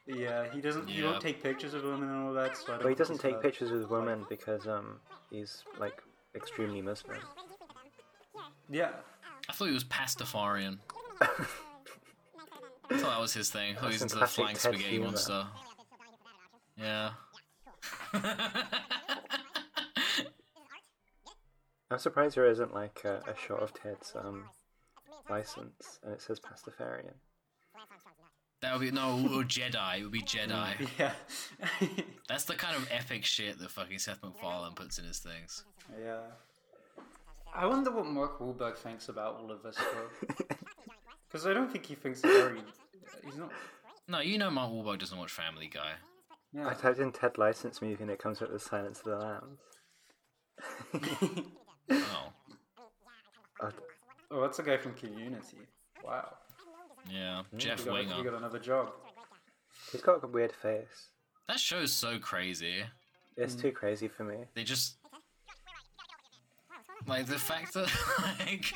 B: Yeah, he doesn't. He
A: Yeah.
B: won't take pictures of women and all that. So I don't
C: Well, he
B: think
C: doesn't
B: he's
C: take
B: allowed-
C: pictures with women because um he's like extremely Muslim.
B: Yeah.
A: I thought he was pastafarian. I thought that was his thing. I thought he was
C: That's
A: into the
C: some classic
A: flying
C: Ted
A: spaghetti
C: humor.
A: monster. Yeah.
C: I'm surprised there isn't like a, a shot of Ted's um license and it says pastafarian.
A: that would be no or Jedi. It would be Jedi.
B: Yeah.
A: That's the kind of epic shit that fucking Seth MacFarlane puts in his things.
B: yeah. I wonder what Mark Wahlberg thinks about all of this though. Because I don't think he thinks very. He's not.
A: No, you know Mark Wahlberg doesn't watch Family Guy.
C: I
B: Yeah.
C: typed in Ted license music and it comes up with Silence of the Lambs.
A: Oh,
C: Oh,
B: Oh, that's a guy from Community. Wow.
A: yeah, Jeff
B: You got, you
A: Winger.
B: got another job.
C: he's got a weird face.
A: That show's so crazy. Mm.
C: It's too crazy for me.
A: They just like the fact that like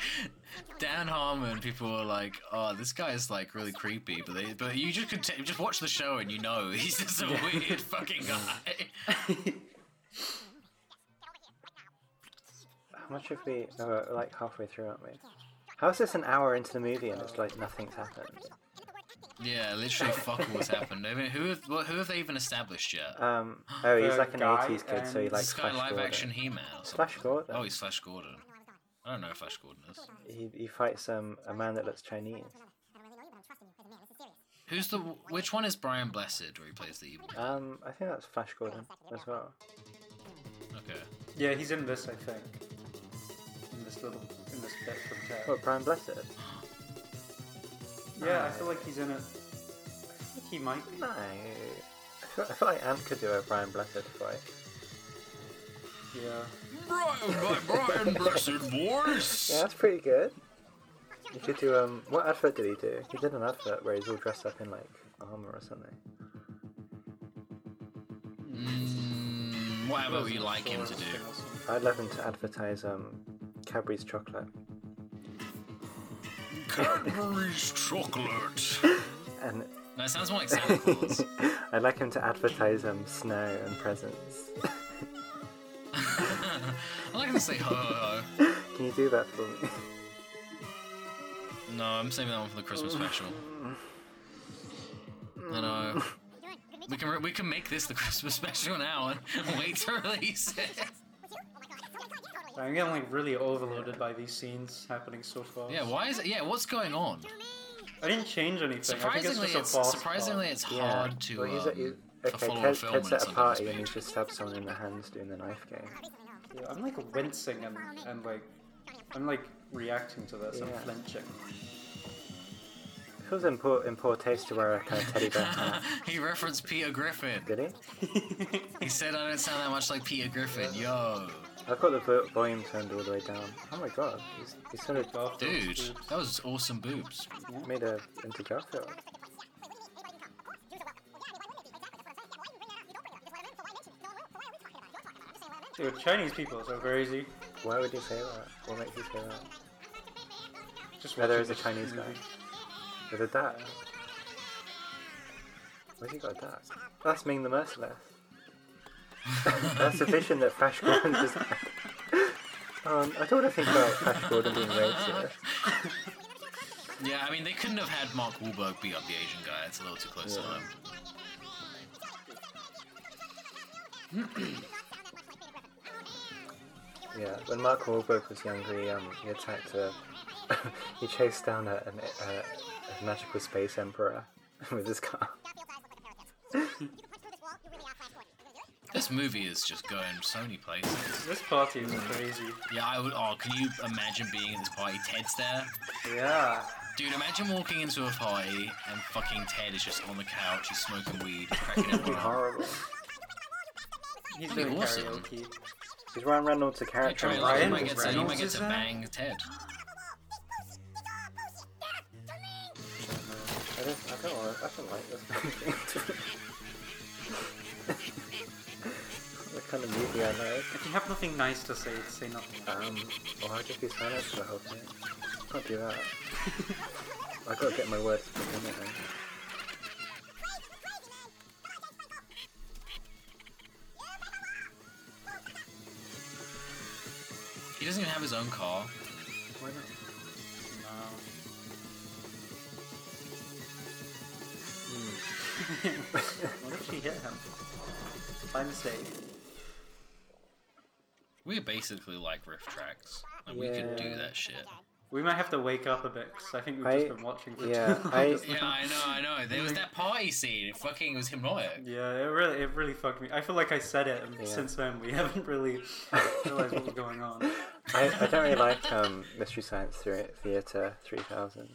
A: Dan Harmon, people were like, "Oh, this guy is like really creepy," but they, but you just could t- just watch the show and you know he's just a weird fucking guy.
C: How much of the no, we're like halfway through, aren't we? How is this an hour into the movie and it's like nothing's happened?
A: yeah, literally, fuck what's happened. I mean, who have, well, who have they even established yet?
C: Um, oh, he's
B: The
C: like an
B: guy
C: 80s kid, so
B: and-
C: he
A: is
C: likes
A: this guy
C: Flash
A: live
C: Gordon.
A: action He-Man or something?
C: Flash Gordon.
A: Oh, he's Flash Gordon. I don't know who Flash Gordon is.
C: he, he fights um, a man that looks Chinese.
A: Who's the which one is Brian Blessed where he plays the evil?
C: Um, I think that's Flash Gordon as well.
A: Okay.
B: Yeah, he's in this, I think. In this little, in this bit from Ted.
C: What, Oh, Brian Blessed?
B: Yeah, I feel like he's in it. I think he might be.
C: No. I feel, I feel like Ant could do a Brian Blessed fight.
B: Yeah.
A: Brian, my Brian Blessed voice.
C: Yeah, that's pretty good. You could do um. What advert did he do? He did an advert where he's all dressed up in like armor or something.
A: Mm, whatever you like him to do.
C: I'd love him to advertise um Cadbury's chocolate.
A: Cadbury's chocolate.
C: And
A: That sounds more like Santa Claus.
C: I'd like him to advertise um, snow and presents.
A: I like him to say ho ho ho.
C: Can you do that for me?
A: No, I'm saving that one for the Christmas special. I know. We can re- we can make this the Christmas special now and wait to release it.
C: Oh,
B: I'm getting like really overloaded by these scenes happening so far.
A: Yeah, why is it? Yeah, what's going on?
B: I didn't change anything. I
A: Surprisingly,
B: think it's
A: it's
B: just a fast
A: surprisingly it's
C: Yeah,
A: hard to
C: well, he's a- he-
A: um, to
C: okay,
A: follow a
C: Ted,
A: film
C: Ted's
A: when
C: at
A: it's
C: a
A: on
C: party
A: Christmas
C: and he
A: Eve.
C: just stabbed someone in the hands doing the knife game.
B: part. Yeah, I'm like wincing and, and like I'm like reacting to this. I'm
C: Yeah.
B: flinching.
C: It was in poor, in poor taste to wear a kind of teddy bear hat.
A: he referenced Peter Griffin.
C: Did he?
A: He said I don't sound that much like Peter Griffin. Yo,
C: I've got the vo- volume turned all the way down. Oh my god, he's, he's sort of
B: Garfield,
A: dude, that was awesome boobs.
C: made a into Garfield.
B: Dude, Chinese people are so crazy.
C: Why would you say that? What makes you say that?
B: Just
C: No, there
B: watching
C: is a
B: this
C: Chinese guy.
B: movie.
C: With a duck. Where's he got a duck? That's Ming the Merciless. That's the vision that Flash Gordon just had. Um, I don't want to think about Flash Gordon being racist.
A: Yeah, I mean they couldn't have had Mark Wahlberg beat up the Asian guy. It's a little too close to
C: Yeah.
A: home.
C: Yeah, when Mark Wahlberg was younger, he, um, he attacked a. he chased down a, an, a, a magical space emperor with his car.
A: This movie is just going so many places.
B: This party is crazy.
A: Yeah, I would. Oh, can you imagine being at this party? Ted's there.
B: Yeah.
A: Dude, imagine walking into a party and fucking Ted is just on the couch, he's smoking weed, he's cracking
C: It'd be
A: everyone up.
C: horrible.
B: He's
A: That'd be
B: doing
A: awesome.
B: karaoke.
C: He's Ryan Reynolds, a
A: Hey,
C: character.
A: Trey,
C: in
A: like, you
B: Ryan
A: might get to, you might
B: Reynolds
A: get
B: is
A: to
B: there?
A: bang Ted.
C: I don't, I don't, want, I don't like this movie. what kind of movie I like?
B: If you have nothing nice to say, say nothing.
C: Um, well, I'll just be silent for the whole thing. Can't do that. I gotta get my words to eh? begin with.
A: He doesn't even have his own car.
C: Why not?
B: No.
C: Hmm.
B: What if she hit him? By mistake.
A: We're basically like riff tracks. Like, we could do
C: Yeah.
A: that shit.
B: We might have to wake up a bit because I think we've
C: I-
B: just been watching for
C: yeah,
B: too long.
C: I-
A: Yeah, I know, I know. There was that party scene. It fucking was hypnotic.
B: Yeah, it really, it really fucked me. I feel like I said it, and
C: Yeah.
B: since then we haven't really realized what was going on.
C: I, I don't really like um, Mystery Science Thea- Theater 3000.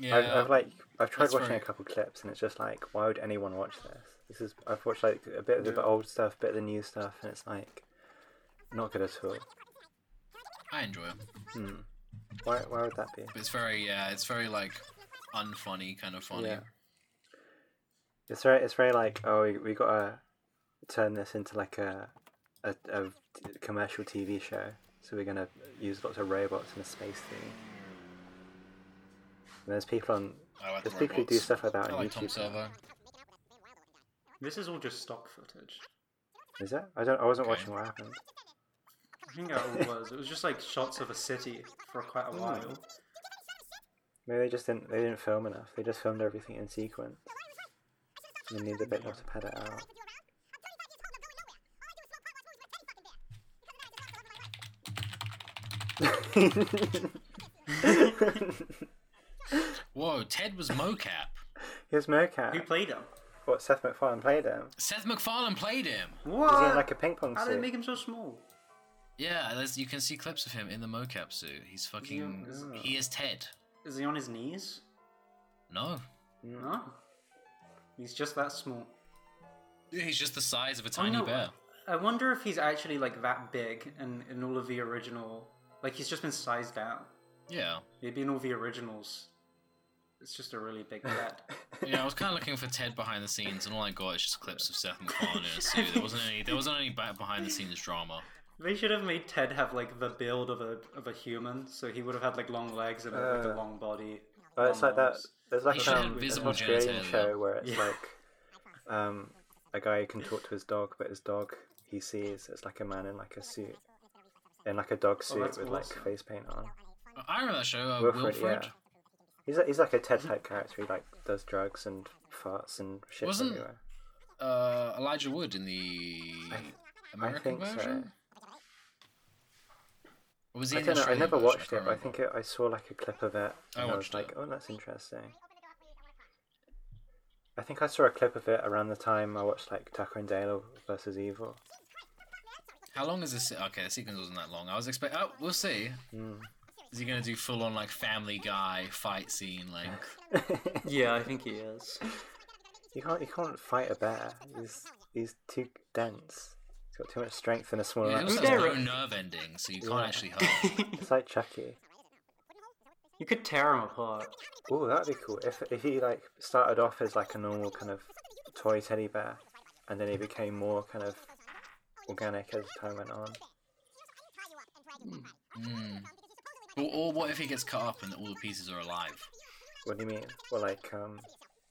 A: Yeah.
C: I've, I've like I've tried
A: That's
C: watching
A: right.
C: a couple clips and it's just like why would anyone watch this? This is I've watched like a bit of
B: Yeah.
C: the old stuff, bit of the new stuff, and it's like not good at all.
A: I enjoy it.
C: Hmm. Why why would that be?
A: But it's very, yeah, it's very like unfunny kind of funny.
C: Yeah. It's very it's very like oh we, we gotta turn this into like a, a a t- commercial TV show, so we're gonna use lots of robots and a space theme. And there's people on
A: I like the
C: there's people who do
A: robots.
C: stuff like that
A: I
C: on
A: like Tom
C: YouTube. now.
A: Servo.
B: This is all just stock footage.
C: Is it? I don't I wasn't
A: Okay.
C: watching what happened.
B: I think that all was. It was just like shots of a city for quite
C: Hmm.
B: a while.
C: Maybe they just didn't. They didn't film enough. They just filmed everything in sequence. And they needed a bit more to pad it out.
A: Whoa, Ted was mocap.
C: Here's
B: Who
C: mocap.
B: played him?
C: What Seth MacFarlane played him.
A: Seth MacFarlane played him.
C: He's
B: What?
C: in like a ping pong
B: How did they
C: suit.
B: make him so small?
A: Yeah, there's, you can see clips of him in the mocap suit. He's fucking.
B: Yeah.
A: He is Ted.
B: Is he on his knees?
A: No.
C: Mm.
B: No. He's just that small.
A: He's just the size of a tiny
B: no.
A: bear.
B: I wonder if he's actually like that big in, in all of the original. Like he's just been sized down.
A: Yeah.
B: Maybe in all the originals, it's just a really big head.
A: Yeah, I was kind of looking for Ted behind the scenes, and all I got is just clips of Seth MacFarlane in a suit. There wasn't any. There wasn't any back behind the scenes drama.
B: They should have made Ted have like the build of a of a human, so he would have had like long legs and a, like
C: Uh,
B: a long body.
C: But it's like that. There's like
A: should
C: an,
A: have
C: um, there's an
A: visible
C: Australian
A: genitalia.
C: show where it's
B: Yeah.
C: like, um, a guy who can talk to his dog, but his dog he sees it's like a man in like a suit, in like a dog suit
B: Oh, that's
C: with
B: awesome.
C: like face paint on.
A: I remember that show, uh,
C: Wilfred,
A: Wilfred.
C: yeah. He's like, he's like a Ted type character. He like does drugs and farts and shit
A: Wasn't-
C: everywhere.
A: Uh, Elijah Wood in the American
C: think so.
A: version? Or was he
C: I
A: in
C: don't
A: the
C: know. I
A: Australian
C: never
A: version?
C: watched it,
A: can't
C: but I
A: remember.
C: think it, I saw like a clip of it,
A: I
C: and I, was
A: watched
C: like,
A: it.
C: "Oh, that's interesting." I think I saw a clip of it around the time I watched like Tucker and Dale versus Evil.
A: How long is this? Okay, the sequence wasn't that long. I was expecting. Oh, we'll see.
C: Mm.
A: Is he gonna do full on like Family Guy fight scene? Like,
B: Yeah, I think he is.
C: you can't you can't fight a bear. He's he's too dense. He's got too much strength in a small
A: yeah, it
C: amount
A: also
C: of
A: has
B: dare
C: time.
A: no
B: it?
A: nerve ending, so you can't
C: Yeah.
A: actually hurt.
C: It's like Chucky.
B: you could tear him apart.
C: Oh, that'd be cool. If if he like started off as like a normal kind of toy teddy bear, and then he became more kind of organic as time went on.
A: Mm. Or, or what if he gets cut up and all the pieces are alive?
C: What do you mean? Well, like um,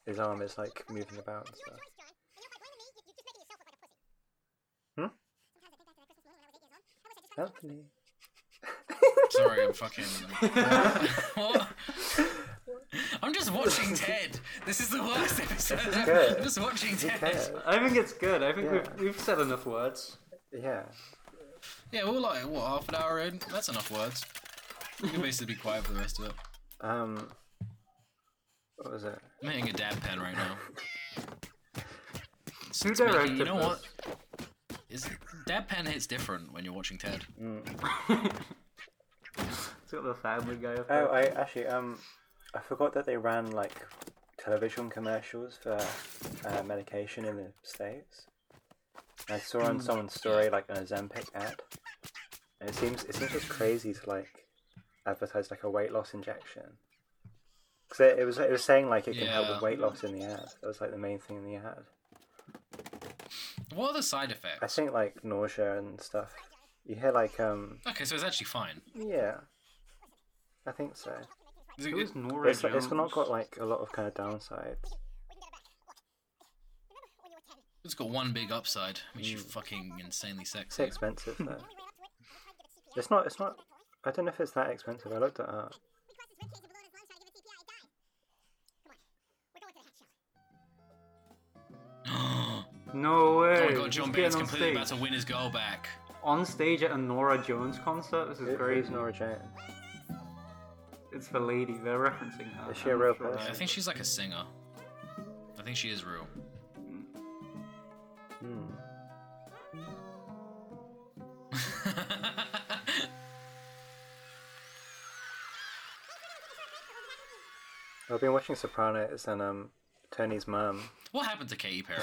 C: his arm is like moving about and stuff. Help me.
A: Sorry, I'm fucking. What? I'm just watching Ted. This is the worst episode.
C: good.
A: I'm just watching
C: Who
A: Ted.
C: cares?
B: I think it's good. I think
C: Yeah.
B: we've, we've said enough words.
C: Yeah.
A: Yeah, we're like what half an hour in. That's enough words. We can basically be quiet for the rest of it.
C: Um. What was it?
A: I'm hitting a dab pen right now. It's-
B: Who
A: it's making-
B: directed
A: You know what?
B: this?
A: Is dab pen hits different when you're watching Ted?
B: It's got the Family Guy.
C: Oh,
B: effect.
C: I actually um, I forgot that they ran like television commercials for uh, medication in the states. I saw on someone's story like an Ozempic ad, and it seems it seems just crazy to like advertise like a weight loss injection. Cause it, it was it was saying like it can help
A: Yeah.
C: with weight loss in the ad. That was like the main thing in the ad.
A: What are the side
C: I
A: effects?
C: think like nausea and stuff. You hear like um
A: Okay, so it's actually fine.
C: yeah, I think so.
A: Is it
B: Who is
A: good?
B: Nora
C: It's,
B: Jones?
C: it's not got like a lot of kind of downsides.
A: It's got one big upside, which
B: Mm.
A: you fucking insanely
C: It's
A: sexy.
C: expensive though. it's not. It's not. I don't know if it's that expensive. I looked it up.
A: oh
B: No way.
A: my god, John
B: He's
A: Bates
B: getting on
A: completely
B: stage.
A: about to win his goal back.
B: on stage at a Nora Jones concert. This
C: Who-
B: is
C: Who's
B: crazy.
C: Nora Jones?
B: It's the lady. They're referencing her.
C: Is she a
B: I'm
C: real
B: sure.
A: Yeah, I
C: person?
A: think she's like a singer. I think she is real.
C: Hmm. I've been watching Sopranos and um, Tony's mum,
A: what happened to Katy Perry?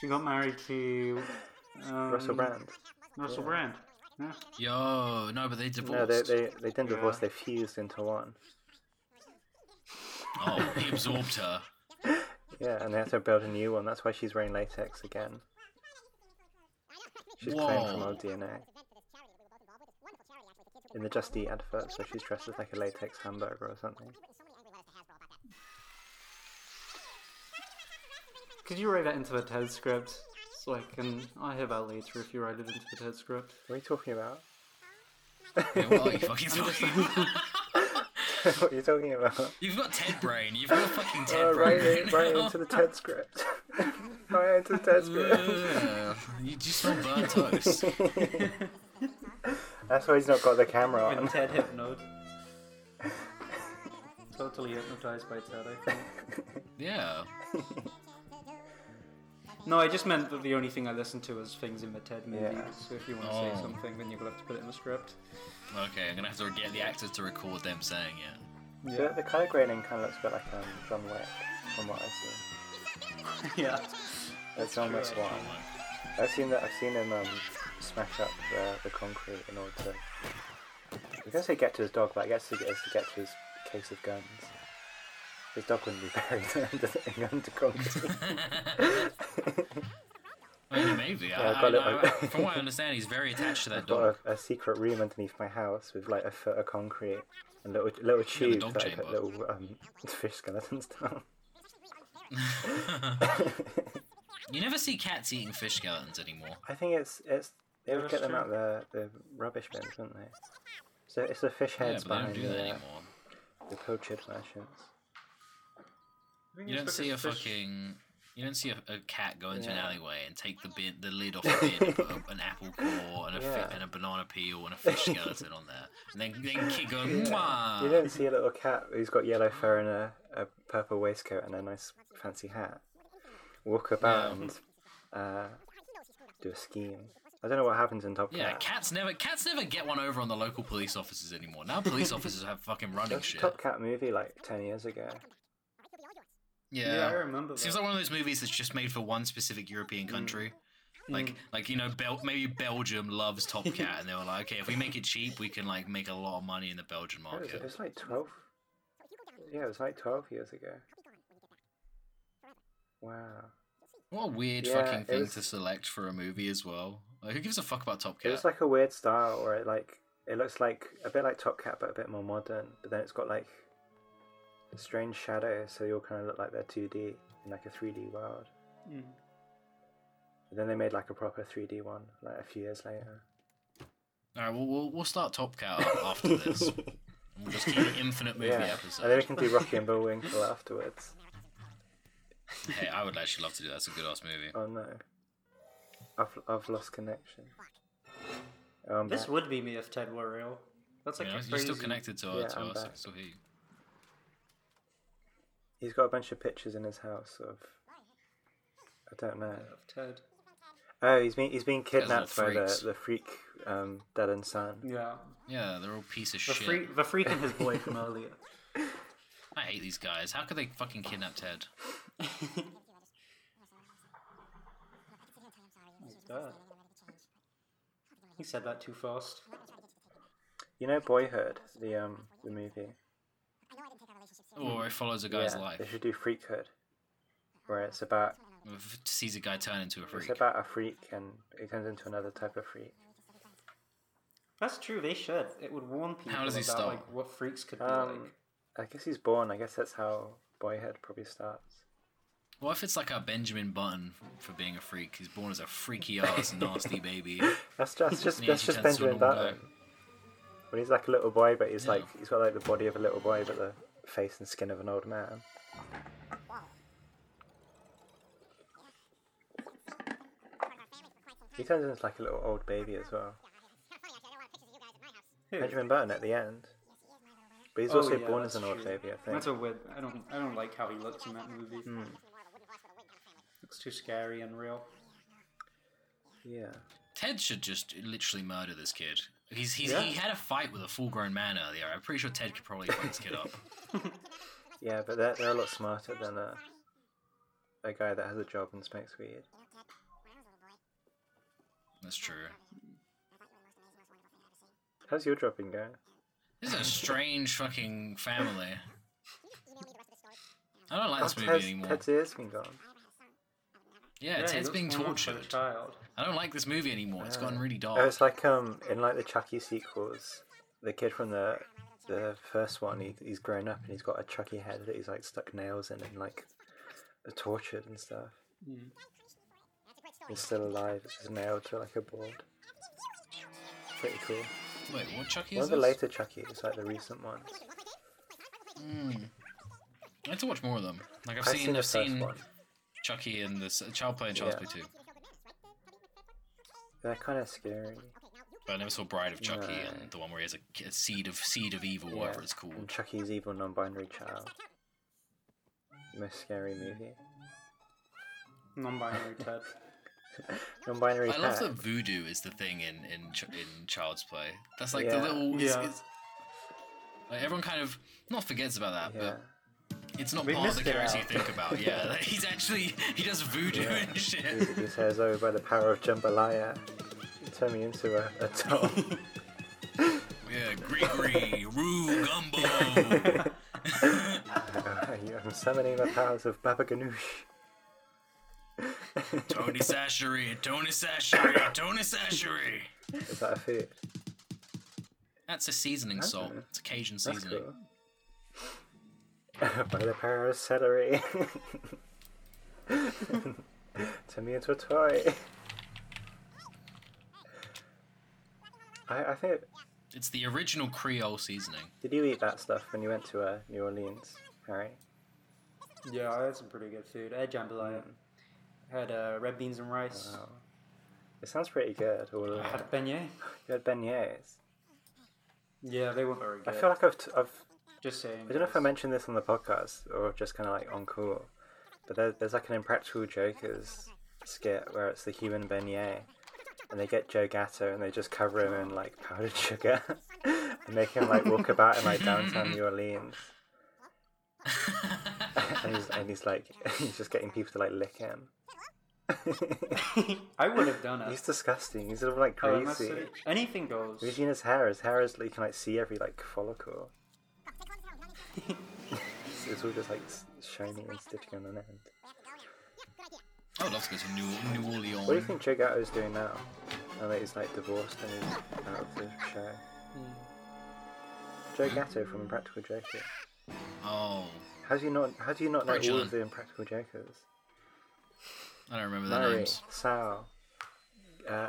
B: She got married to um,
C: Russell Brand.
B: Russell Brand. Yeah.
A: Yo, no, but they divorced.
C: No, they they, they didn't
B: Yeah.
C: divorce. They fused into one.
A: Oh, he absorbed her.
C: Yeah, and they had to build a new one. That's why she's wearing latex again. She's claimed from
A: Whoa.
C: old DNA. In the Just Eat advert, so she's dressed as like a latex hamburger or something.
B: Could you write that into the TED script? So I can. I hear that later if you write it into the TED script.
C: What are you talking about?
A: Yeah, what are you fucking talking about?
C: what are you talking about?
A: You've got Ted brain. You've got fucking Ted
C: Uh, right,
A: brain.
C: in, right into the TED script. right into the TED script.
A: Ugh, you just smell burnt toast.
C: That's why he's not got the camera on.
B: Ted hypnotized. totally hypnotized by Ted. I think.
A: Yeah.
B: No, I just meant that the only thing I listen to is things in the TED movie.
C: Yeah.
B: So if you want to
A: Oh.
B: say something, then you're gonna have to put it in the script.
A: Okay, I'm gonna have to get the actors to record them saying it.
C: The, the color grading kind of looks a bit like um, John Wick, from what I see.
B: yeah.
C: That's John Wick's
A: Oh,
C: one. I've seen that. I've seen him um, smash up the, the concrete in order to. I guess he get to his dog, but I guess he gets to get to his case of guns. His dog wouldn't be buried under, under concrete.
A: I mean, Maybe.
C: Yeah, I've
A: I, I,
C: got it,
A: I-
C: like-
A: I- from what I understand, he's very attached to that
C: I've got
A: dog.
C: a, a secret room underneath my house with like a foot of concrete and little little tubes
A: dog
C: that I put
A: chamber.
C: little um, fish skeletons down.
A: you never see cats eating fish skeletons anymore.
C: I think it's it's they would
B: that's
C: get them
B: true.
C: out the the rubbish bins, wouldn't they? So it's the fish
A: Yeah,
C: heads
A: but they don't
C: behind
A: do that
C: the,
A: anymore.
C: the poached merchants.
A: You don't see a fucking. You don't see a, a cat go into an
C: Yeah.
A: alleyway and take the bin, the lid off the bin, and put a- an apple core and a, fi-
C: Yeah.
A: and a banana peel and a fish skeleton on there, and then then kid going,
C: You
A: "Mwah!"
C: don't see a little cat who's got yellow fur and a, a purple waistcoat and a nice fancy hat walk about and uh, do a scheme. I don't know what happens in Top
A: Yeah,
C: Cat.
A: cats never cats never get one over on the local police officers anymore. Now police officers have fucking running
C: There's a
A: shit.
C: Top Cat movie like ten years ago.
B: Yeah, I
A: Yeah.
B: remember.
A: Seems
B: that.
A: like one of those movies that's just made for one specific
C: Mm.
A: European country. Like, like you know, Bel- maybe Belgium loves Top Cat, and they were like, okay, if we make it cheap, we can like make a lot of money in the Belgian
C: It was, it
A: market.
C: was like twelve. Yeah, it was like twelve years ago. Wow.
A: What a weird
C: Yeah,
A: fucking
C: it
A: thing
C: was-
A: to select for a movie as well. Like, who gives a fuck about Top
C: It
A: Cat?
C: was like a weird style where it like it looks like a bit like Top Cat but a bit more modern. But then it's got like strange shadows, so they all kind of look like they're two D in like a three D world.
B: Mm.
C: And then they made like a proper three D one like a few years later.
A: All right, we'll, we'll we'll start Top Cat up after this. and we'll just keep an infinite movie
C: yeah, and then we
A: episode.
C: can do Rocky and Bullwinkle afterwards.
A: Hey, I would actually love to do that. It's a good ass movie.
C: Oh no, I've I've lost connection. Oh, I'm
B: This
C: back.
B: would be me if Ted were real. That's like
A: You
B: a
A: know,
B: crazy.
A: you're still connected to,
C: Yeah,
A: to us.
C: I'm
A: I
C: back.
A: can still hear you.
C: He's got a bunch of pictures in his house of. I don't know.
B: Of Ted.
C: Oh, he's been he's been
A: little
C: kidnapped by the
A: freaks.
C: the freak um, dad and son.
B: Yeah.
A: Yeah, they're all piece of
B: The
A: shit.
B: freak, the freak and his boy from earlier.
A: I hate these guys. How could they fucking kidnap Ted?
B: God. He said that too fast.
C: You know Boyhood, the um the movie.
A: Or it follows a guy's
C: yeah, They
A: life.
C: should do Freakhood, where it's about
A: F- Sees a guy turn into a freak.
C: it's about a freak and he turns into another type of freak.
B: That's true. They should. It would warn people
A: does he
B: about
A: stop?
B: like what freaks could be
C: Um,
B: like.
C: I guess he's born. I guess that's how Boyhood probably starts.
A: What if it's like a Benjamin Button f- for being a freak? He's born as a freaky ass, nasty baby.
C: That's just that's just,
A: Yeah,
C: that's
A: he
C: just
A: turns to a
C: Benjamin
A: normal
C: Button. When he's like a little boy, but he's
A: Yeah.
C: like he's got like the body of a little boy, but the face and skin of an old man. He turns into like a little old baby as well.
B: Who?
C: Benjamin Button at the end. But he's
B: Oh,
C: also
B: yeah,
C: born as
B: that's
C: an old
B: true.
C: baby, I think. Hmm.
B: That's a weird. I don't. I don't like how he looks in that movie. Looks too scary and real.
C: Yeah.
A: Ted should just literally murder this kid. He's, he's
B: Yeah.
A: he had a fight with a full grown man earlier. I'm pretty sure Ted could probably fuck this kid up.
C: Yeah, but they're, they're a lot smarter than a, a guy that has a job and smokes weed.
A: That's true.
C: How's your job been going?
A: This is a strange fucking family. I don't like
C: Oh,
A: this movie
C: Ted's,
A: anymore.
C: Ted's ears been gone.
A: yeah,
B: he
A: Ted's
B: looks
A: being
B: grown up for a
A: tortured.
B: Child.
A: I don't like this movie anymore. It's gotten really dark.
C: Oh, it's like um in like the Chucky sequels, the kid from the the first one, he, he's grown up and he's got a Chucky head that he's like stuck nails in and like tortured and stuff. He's still alive. It's just nailed to like a board. Pretty cool.
A: Wait, what Chucky
C: One
A: is
C: of the
A: this?
C: later Chucky's, like the recent ones.
A: I need to watch more of them. Like I've
C: I've seen
A: seen,
C: the
A: I've
C: first
A: seen
C: one.
A: Chucky and this Child Play and Child's
C: Yeah.
A: Play 2,
C: They're kind of scary.
A: but I never saw Bride of Chucky
C: No.
A: and the one where he has a, k- a seed of seed of evil,
C: Yeah,
A: whatever it's
C: And
A: called.
C: Chucky's evil non-binary child. Most scary movie.
B: Non-binary Ted.
C: Non-binary.
A: I love
C: pet.
A: that voodoo is the thing in in Ch- in Child's Play. That's like the
C: Yeah.
A: little it's-
B: Yeah.
A: it's- like everyone kind of not forgets about that,
C: Yeah.
A: but it's not
B: We
A: part of the
B: missed it
A: character you
B: out.
A: think about. Yeah, like, he's actually he does voodoo and shit.
C: He says, "Oh, by the power of jambalaya, turn me into a, a doll."
A: Yeah, Gregory, Roo, Gumbo.
C: I am summoning the powers of Baba Ganoush.
A: Tony Sashery, Tony Sashery, Tony Sashery.
C: Is that a food?
A: That's a seasoning
C: Okay.
A: salt. It's a Cajun
C: That's
A: seasoning.
C: cool. By the power of celery. Turn me into a toy. I, I think.
A: It's the original Creole seasoning.
C: Did you eat that stuff when you went to uh, New Orleans, Harry?
B: Yeah, I had some pretty good food. I had jambalaya. I had uh, red beans and rice.
C: Wow. Oh. It sounds pretty good. All of
B: I had a
C: it.
B: beignet.
C: You had beignets.
B: Yeah, they weren't very
C: I
B: good.
C: feel like I've, t- I've
B: Just saying.
C: I don't know if I
B: guys.
C: mentioned this on the podcast or just kind of like on cool, but there, there's like an Impractical Jokers skit where it's the human beignet, and they get Joe Gatto and they just cover him in like powdered sugar and make him like walk about in like downtown New Orleans, and he's and he's like he's just getting people to like lick him.
B: I would have done
C: he's
B: it.
C: disgusting. He's sort of like
B: Oh, I must
C: greasy.
B: say, anything goes.
C: Have you seen his hair? His hair is like you can like see every like follicle. it's, it's all just like s- shiny and sticking on an end.
A: I would love to go to New, New Orleans.
C: What do you think Joe Gatto's doing now? Now that he's like divorced and he's out of the show.
A: Hmm.
C: Joe Gatto from Impractical Joker.
A: Oh,
C: How do you not? How do you not know
A: Right,
C: all of
A: John.
C: the Impractical Jokers?
A: I don't remember their
C: Larry,
A: names.
C: Sal, uh,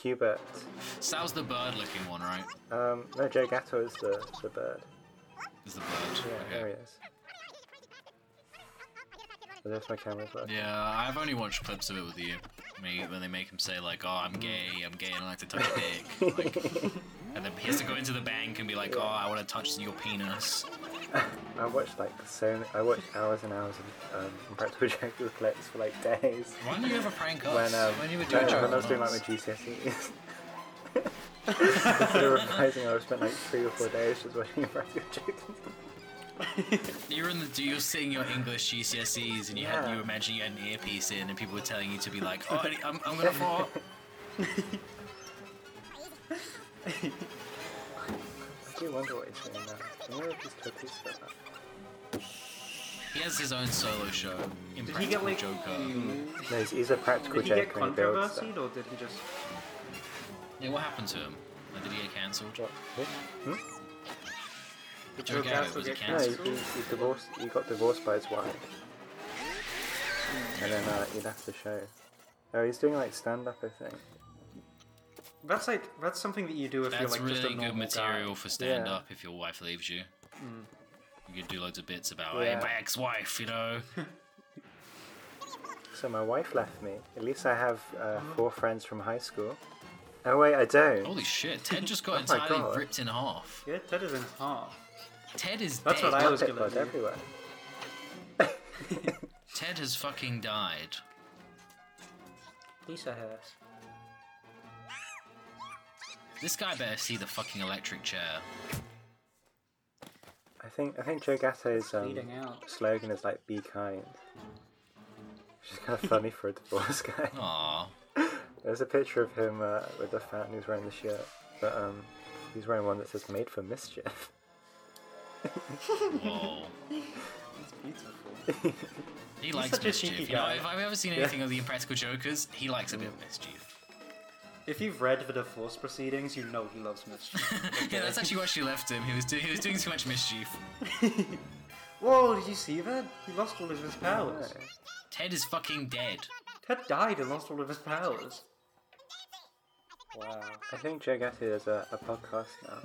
C: Cubert.
A: Sal's the bird-looking one, right?
C: Um, no, Joe Gatto is the the bird.
A: Is the bird?
C: Yeah, there
A: okay.
C: he is. Oh, There's my camera's working.
A: Yeah, I've only watched clips of it with you. Me when they make him say like, "Oh, I'm gay. I'm gay. and I like to touch dick." Like, and then he has to go into the bank and be like, "Oh, I want to touch your penis."
C: I watched like so. Many, I watched hours and hours of um, Impractical Joker clips for like days.
A: Why don't you ever prank us?
C: when um,
A: Why don't you ever do
C: when,
A: a joke
C: when I
A: on
C: was doing like my
A: us?
C: GCSEs. Instead of revising, I spent like three or four days just watching Impractical Jokers.
A: You were in the, you were sitting your English GCSEs and you had
C: Yeah.
A: you were imagining you had an earpiece in and people were telling you to be like, oh, I- I'm, I'm gonna fall.
C: I do wonder what he's doing now. I wonder if he's took his stuff out.
A: He has his own solo show,
B: Did he get
A: Impractical
B: like?
A: Joker.
C: Hmm.
B: mm,
C: No, he's, he's a practical
B: Did he get
C: joker and he builds
B: controversied
C: stuff.
B: or did he just?
A: Yeah, what happened to him? Like, did he get cancelled?
C: What? Who? Hmm?
B: Did
A: Joe
B: Joe
A: Gatto
B: Gatto
A: was a
B: get
A: can-
C: No, he,
A: That's
B: cancelled?
C: he, he divorced. He got divorced by his wife, and then uh, he left the show. Oh, he's doing like stand-up, I think.
B: That's like that's something that you do if you're
A: That's
B: like just a
A: really
B: normal Mm.
A: good material for stand up if your wife leaves you. You could do loads of bits about hey,
B: Yeah.
A: my ex wife, you know.
C: So my wife left me. At least I have
B: Oh.
C: uh, four friends from high school. Oh wait, I don't.
A: Holy shit, Ted just got
C: Oh my
A: entirely
C: God.
A: ripped in half.
B: guy. Yeah, that is in half.
A: Ted is
B: That's
A: dead.
B: what I was
C: Muppet
B: gonna
C: blood
B: do.
C: everywhere.
A: Ted has fucking died.
B: Lisa Hurst.
C: Um.
A: This guy better see the fucking electric chair.
C: I think I think Joe Gatto's um,
B: Bleeding out.
C: slogan is like "Be kind," which is kind of funny for a divorce guy.
A: Aww.
C: There's a picture of him uh, with a fan who's wearing the shirt, but um, he's wearing one that says "Made for Mischief."
A: Whoa.
B: That's beautiful.
A: He likes
B: such a
A: mischief.
B: cheeky
A: You know,
B: guy. Mm.
A: if I've ever seen anything of the Impractical Jokers, he likes a bit of mischief.
B: if you've read the divorce proceedings, you know he loves mischief.
A: yeah, that's actually why she left him. He was, do- he was doing too much mischief.
B: Whoa, did you see that? He lost all of his powers.
C: Yeah.
A: Ted is fucking dead.
B: Ted died and lost all of his powers. Wow.
C: I think Joe Gatto is a, a podcast now.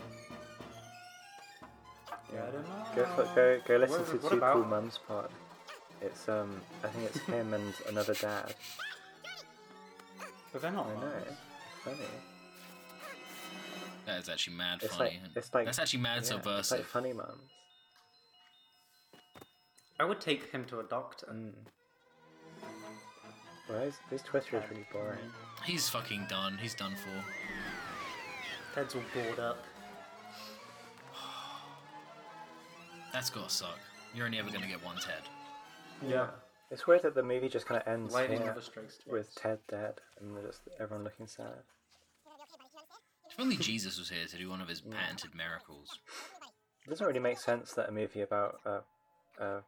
B: Yeah, I don't know.
C: Go
A: Ah.
C: for, go go listen
B: What-
C: to
B: what
C: Two Cool
B: about-
C: Mums Pod. It's um, I think it's him and another dad.
B: But they're not.
C: I know,
B: Right.
C: it's funny.
A: That is actually mad
C: It's
A: funny.
C: like- it's like-
A: that's actually mad
C: Yeah, it's like
A: subversive.
C: funny mums.
B: I would take him to a doctor.
C: Well, his, his Twitter is really boring.
A: He's fucking done. He's done for.
B: Ted's all bored up.
A: That's gotta suck. You're only ever gonna get one Ted.
B: Yeah.
C: It's weird that the movie just kind of ends
B: Lightning
C: here
B: never strikes twice.
C: with Ted dead and we're just everyone looking sad.
A: If only Jesus was here to do one of his patented miracles.
C: It doesn't really make sense that a movie about uh, uh,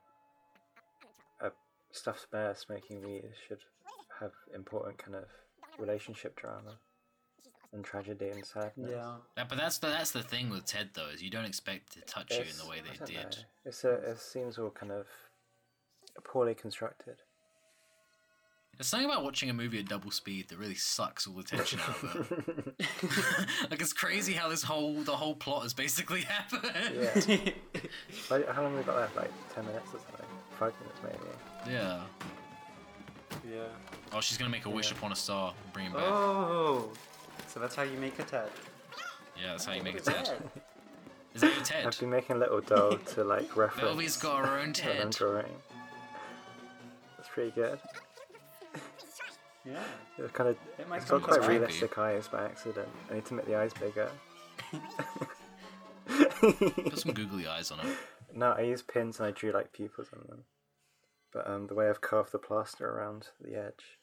C: uh, stuffed bear smoking weed should have important kind of relationship drama and tragedy and sadness.
B: Yeah.
A: Yeah, but that's the, that's the thing with Ted though is you don't expect it to touch you in
C: It's-
A: the way
C: I
A: they
C: don't
A: did.
C: know. It's a, it seems all kind of poorly constructed.
A: There's something about watching a movie at double speed that really sucks all the tension out of it. like it's crazy how this whole the whole plot has basically happened.
C: yeah. Like, how long have we got left? Like 10 minutes or something? 5 minutes maybe.
A: Yeah.
B: yeah.
A: Oh, she's gonna make a wish
C: Yeah.
A: upon a star, and bring him back.
B: Oh, so that's how you make a Ted.
A: Yeah, that's how you make a
B: Look at
A: Ted. Is that your Ted?
C: I've been making a little doll to like reference.
A: Velvy's got her own
C: her own
A: Ted.
C: drawing. That's pretty good.
B: that. Yeah.
C: It kind of
B: It might
C: it's got
B: come
C: quite
A: across creepy.
C: realistic eyes by accident. I need to make the eyes bigger.
A: Put some googly eyes on it.
C: no, I used pins and I drew like pupils on them. But um, the way I've carved the plaster around the edge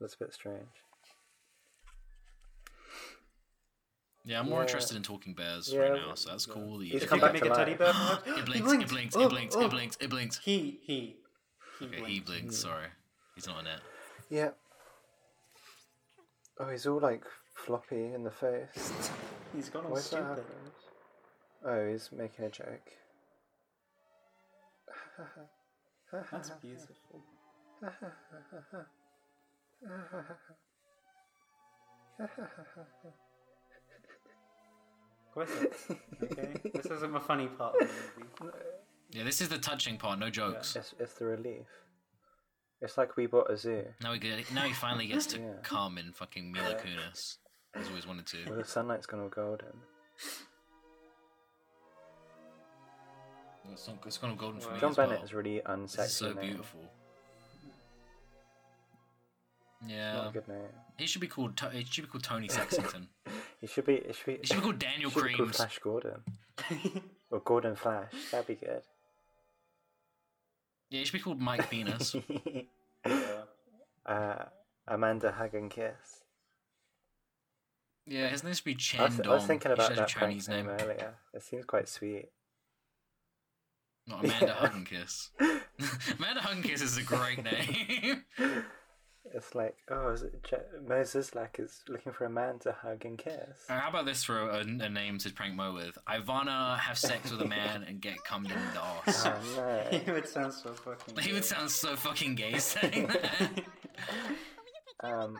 C: looks a bit strange.
A: Yeah, I'm more
C: Yeah.
A: interested in talking bears
C: Yeah,
A: right now, so that's cool. that you
C: He's
A: did
B: If
C: come
B: you
A: that.
B: could
C: back
B: make
C: to
B: a teddy
C: life.
B: bear, for
A: It
B: it
A: blinks, it blinks,
B: Oh,
A: it blinks,
B: oh.
A: it blinks, it blinks.
B: He he. He
A: Okay, he
B: blinked.
A: blinks, sorry. He's not in it.
C: Yeah. Oh, he's all like floppy in the face.
B: He's gone all
C: Why's that
B: stupid.
C: happening? Oh, he's making a joke.
B: That's beautiful. Quit it. Okay. this isn't the funny part of the movie.
A: Yeah, this is the touching part, no jokes.
C: It's, it's the relief. It's like we bought a zoo
A: Now he get, now he finally gets to
C: Yeah.
A: come in fucking Mila Kunis. He's always wanted to.
C: where the sunlight's gone all golden.
A: It's not- it's gone golden for me
C: John
A: as well.
C: Bennett is really unsexy.
A: This is so
C: name.
A: beautiful.
C: Not a
A: Yeah,
C: good name.
A: he should be called. To- he should be called Tony Sexington.
C: He should be. He should be.
A: He should be called Daniel
C: he should be called
A: Creams.
C: Flash Gordon or Gordon Flash. That'd be good.
A: Yeah, he should be called Mike Venus.
B: Yeah.
C: uh, Amanda Hug and Kiss.
A: Yeah, his name should be
C: I
A: Chen
C: was,
A: Dong.
C: I was thinking
A: he
C: about
A: should have
C: that
A: a Chinese
C: Frank's name eh?
A: name,
C: earlier. It seems quite sweet.
A: not Amanda
C: Yeah.
A: Huggenkiss. Amanda Huggenkiss is a great name.
C: It's like, oh, is it Je- Moses like is looking for a man to hug and kiss.
A: Alright, how about this for a, a name to prank Mo with? Ivana have sex with a man and get cummed in the arse.
C: Oh no!
B: it sounds so fucking.
A: He would
B: good.
A: sound so fucking gay saying that.
C: Um,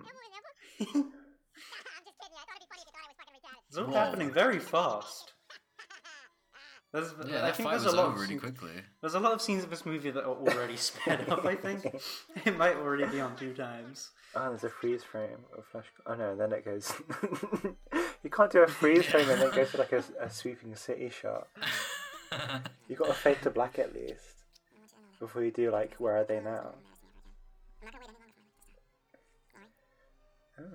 B: It's all
A: Whoa.
B: happening very fast. There's,
A: Yeah,
B: I
A: that
B: think
A: fight
B: there's
A: was
B: a lot
A: over
B: of
A: really
B: scene-
A: quickly.
B: there's a lot of scenes of this movie that are already sped up. I think it might already be on two times.
C: oh, there's a freeze frame of flash. Oh no! Then it goes. you can't do a freeze frame and then go for like a, a sweeping city shot. You got to fade to black at least before you do like where are they now? Oh. Wow.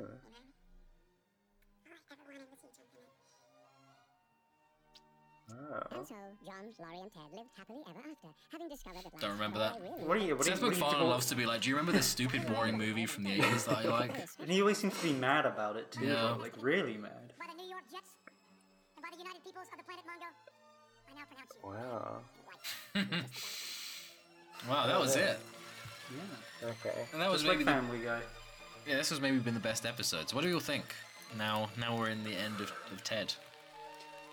C: Oh,
D: And so, John, Laurie, and Ted lived happily ever after, having discovered that
A: Don't
D: life
A: remember
D: had
A: that.
D: a
B: What are you? What are you?
A: Seth
B: What are you
A: MacFarlane
B: doing?
A: loves to be like, do you remember this stupid boring movie from the 80s that I like?
B: And he always seems to be mad about it too.
A: Yeah.
B: Like really mad.
D: By the New York Jets, and by the United Peoples of the planet Mongo, I now pronounce you
C: Wow.
A: Wow, that was it.
B: Yeah.
C: Okay.
A: And that was
B: Just like
A: maybe the
B: Family Guy.
A: Yeah, this has maybe been the best episode. So what do you all think? Now, now we're in the end of, of Ted.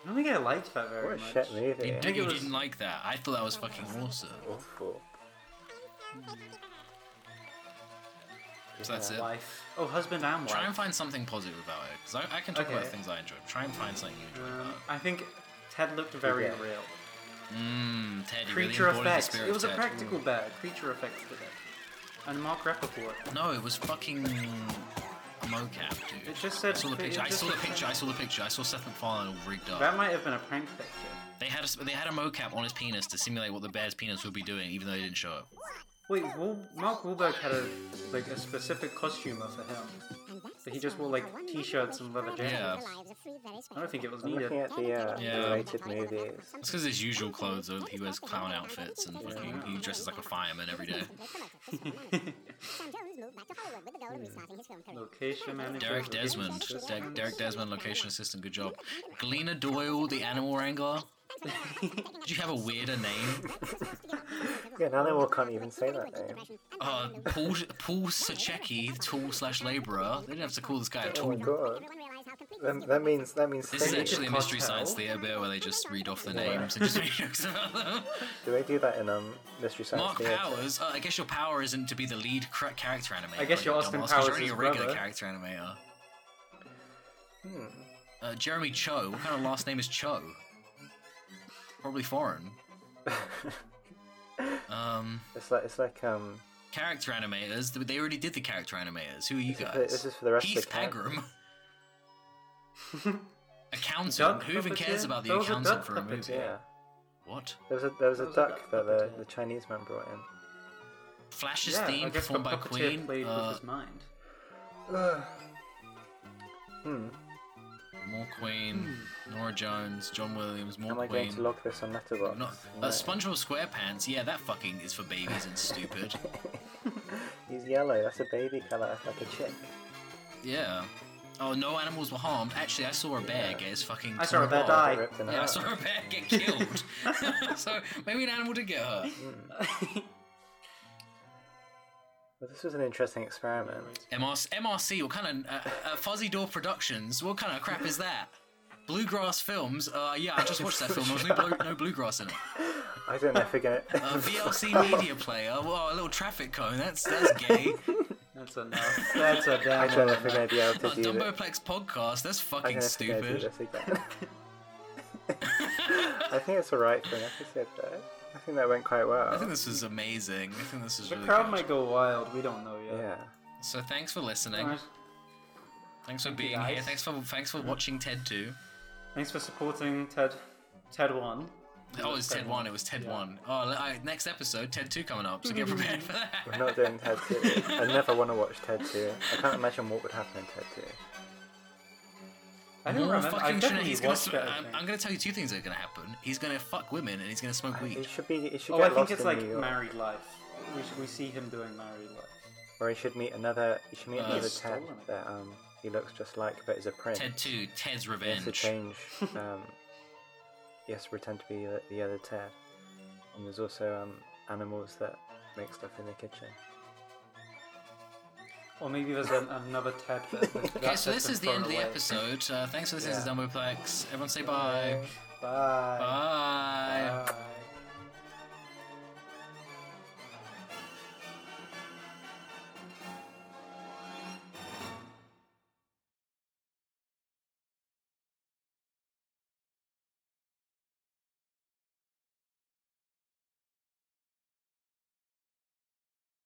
B: I don't think I liked that very
C: What a
B: much.
C: shit movie.
A: You,
B: think
A: you
B: it was-
A: didn't like that. I thought that was fucking awesome.
C: Awful.
A: So that's it.
B: Wife. Oh, husband and wife.
A: Try and find something positive about it, because I, I can talk about
B: Okay.
A: things I enjoyed. Try and find something you enjoyed
B: Um,
A: about it.
B: I think Ted looked very
C: Yeah.
B: real.
A: Mmm, Ted,
B: Mm.
A: you
B: Creature
A: really embodied the
B: effects.
A: spirit
B: It was a
A: of Ted.
B: practical
C: Mm.
B: bear. Creature effects did it. And Mark Rappaport.
A: No, it was fucking mocap, dude.
B: It just said-
A: I saw the
B: it
A: picture. I
B: just
A: saw the
B: said-
A: picture. I saw the picture. I saw Seth MacFarlane all rigged up.
B: That might have been a prank picture.
A: They had a, they had a mocap on his penis to simulate what the bear's penis would be doing, even though he didn't show it.
B: Wait, Wal- Mark Wahlberg had a like a specific costumer for him. But he just wore like t-shirts and leather jackets.
A: Yeah.
B: I don't think it was
C: I'm
B: needed.
C: looking at the uh,
A: Yeah.
C: the rated movies.
A: It's because his usual clothes are he wears clown outfits and fucking he dresses like a fireman every day.
B: Location manager.
A: Derek Desmond,
B: Assistant.
A: De- Derek Desmond, location assistant, good job. Galena Doyle, the animal wrangler. Did you have a weirder name?
C: yeah, now they all can't even say that name. Oh
A: Uh, Paul, Paul Sachecki, tool slash laborer. They didn't have to call this guy a
C: Oh my
A: tool.
C: god. That, that means that means
A: This is
C: they-
A: actually a mystery science
B: Cartel?
A: theater bit where they just read off the names and just make jokes about them.
C: Do they do that in um Mystery Science
A: Mark
C: Theater?
A: Powers. Uh, I guess your power isn't to be the lead cra- character animator.
B: I guess
A: you
B: you're Austin
A: dumbass, 'cause
B: Powers'
A: You're already a regular
B: brother.
A: character animator.
C: Hmm.
A: Uh, Jeremy Cho. What kind of last name is Cho? Probably foreign. Um,
C: It's like it's like um.
A: character animators. th- They already did the character animators. Who are you guys?
C: This is, for, this is for the rest
A: Keith
C: of the characters.
A: Pegram. accountant.
B: Duck
A: Who even cares
B: puppeteer?
A: about the
B: That was a
A: accountant
B: duck
A: for a movie?
B: puppeteer.
C: Yeah.
A: What?
C: There was a there was a
B: That was a
C: duck
B: duck
C: that the,
B: puppeteer.
C: the Chinese man brought in.
A: Flash's
B: yeah, I
A: theme
B: guess the
A: performed by
B: puppeteer
A: Queen.
B: played
A: Uh,
B: with his mind.
C: hmm.
A: more Queen.
B: Hmm.
A: Nora Jones. John Williams. More
C: Am I
A: Queen.
C: going to log this on Letterboxd?
A: Not, uh,
C: No.
A: SpongeBob SquarePants, yeah, that fucking is for babies and stupid.
C: He's yellow. That's a baby color, like a chick.
A: Yeah. Oh, no animals were harmed. Actually, I saw a bear
C: Yeah.
A: get his fucking.
B: I saw a bear
A: torn
B: die.
A: apart.
C: They ripped an
A: Yeah, I
C: arm.
A: saw a bear get killed. so maybe an animal did get hurt.
C: Well, this was an interesting experiment.
A: MRC, MRC what kind of. Uh, uh, Fuzzy Door Productions, what kind of crap is that? Bluegrass Films, uh, yeah, I just watched that film. There was no, blue, no bluegrass in it.
C: I don't know if we're gonna.
A: Uh, VLC Media Player, wow, a little traffic cone, that's, that's gay.
B: That's enough. That's a
C: I
B: damn.
C: don't know if we're gonna be able
A: Uh,
C: to do this.
A: Dumboplex Podcast, that's
C: I
A: fucking
C: don't know if we're gonna do
A: stupid.
C: this again. I think it's alright for an episode though. I think that went quite well.
A: I think this is amazing. I think this is
B: The
A: really
B: crowd
A: good.
B: might go wild. We don't know yet.
C: yeah.
A: So thanks for listening.
B: Alright.
A: Thanks for
B: Thank you,
A: being here.
B: guys.
A: Thanks for thanks for watching Ted 2.
B: Thanks for supporting Ted. Ted one.
A: Oh, it's Ted 1. It was Ted
B: Yeah.
A: 1. Oh, I, next episode, Ted 2 coming up. So get prepared for
C: We're
A: that.
C: not doing Ted 2. I never want to watch Ted 2. I can't imagine what would happen in Ted 2.
B: I don't
A: More
B: remember. I
A: fucking shit.
B: definitely
A: He's gonna.
B: watched
A: Sm-
B: it. I
A: I'm,
B: think.
A: I'm gonna tell you two things that are gonna happen. He's gonna fuck women and he's gonna smoke
C: I-
A: weed.
C: It should be. It should
B: Oh,
C: get
B: I think
C: lost
B: it's
C: in
B: like
C: New York,
B: married life. We, sh- we see him doing married life.
C: or he should meet another. He should meet
A: Uh,
C: another
B: He's
C: Ted
B: stolen it.
C: that um he looks just like, but is a prince.
A: Ted 2. Ted's
C: He has to
A: revenge.
C: change. Um, he has to pretend to be the, the other Ted. And there's also um animals that make stuff in the kitchen.
B: Or maybe there's an, another Ted. That, that-
A: Okay,
B: that's
A: so this
B: been
A: is the end of
B: thrown
A: the
B: away.
A: episode. Uh, thanks for listening
C: Yeah.
A: to Dumboplex. Everyone say bye.
B: Bye.
A: Bye.
B: Bye.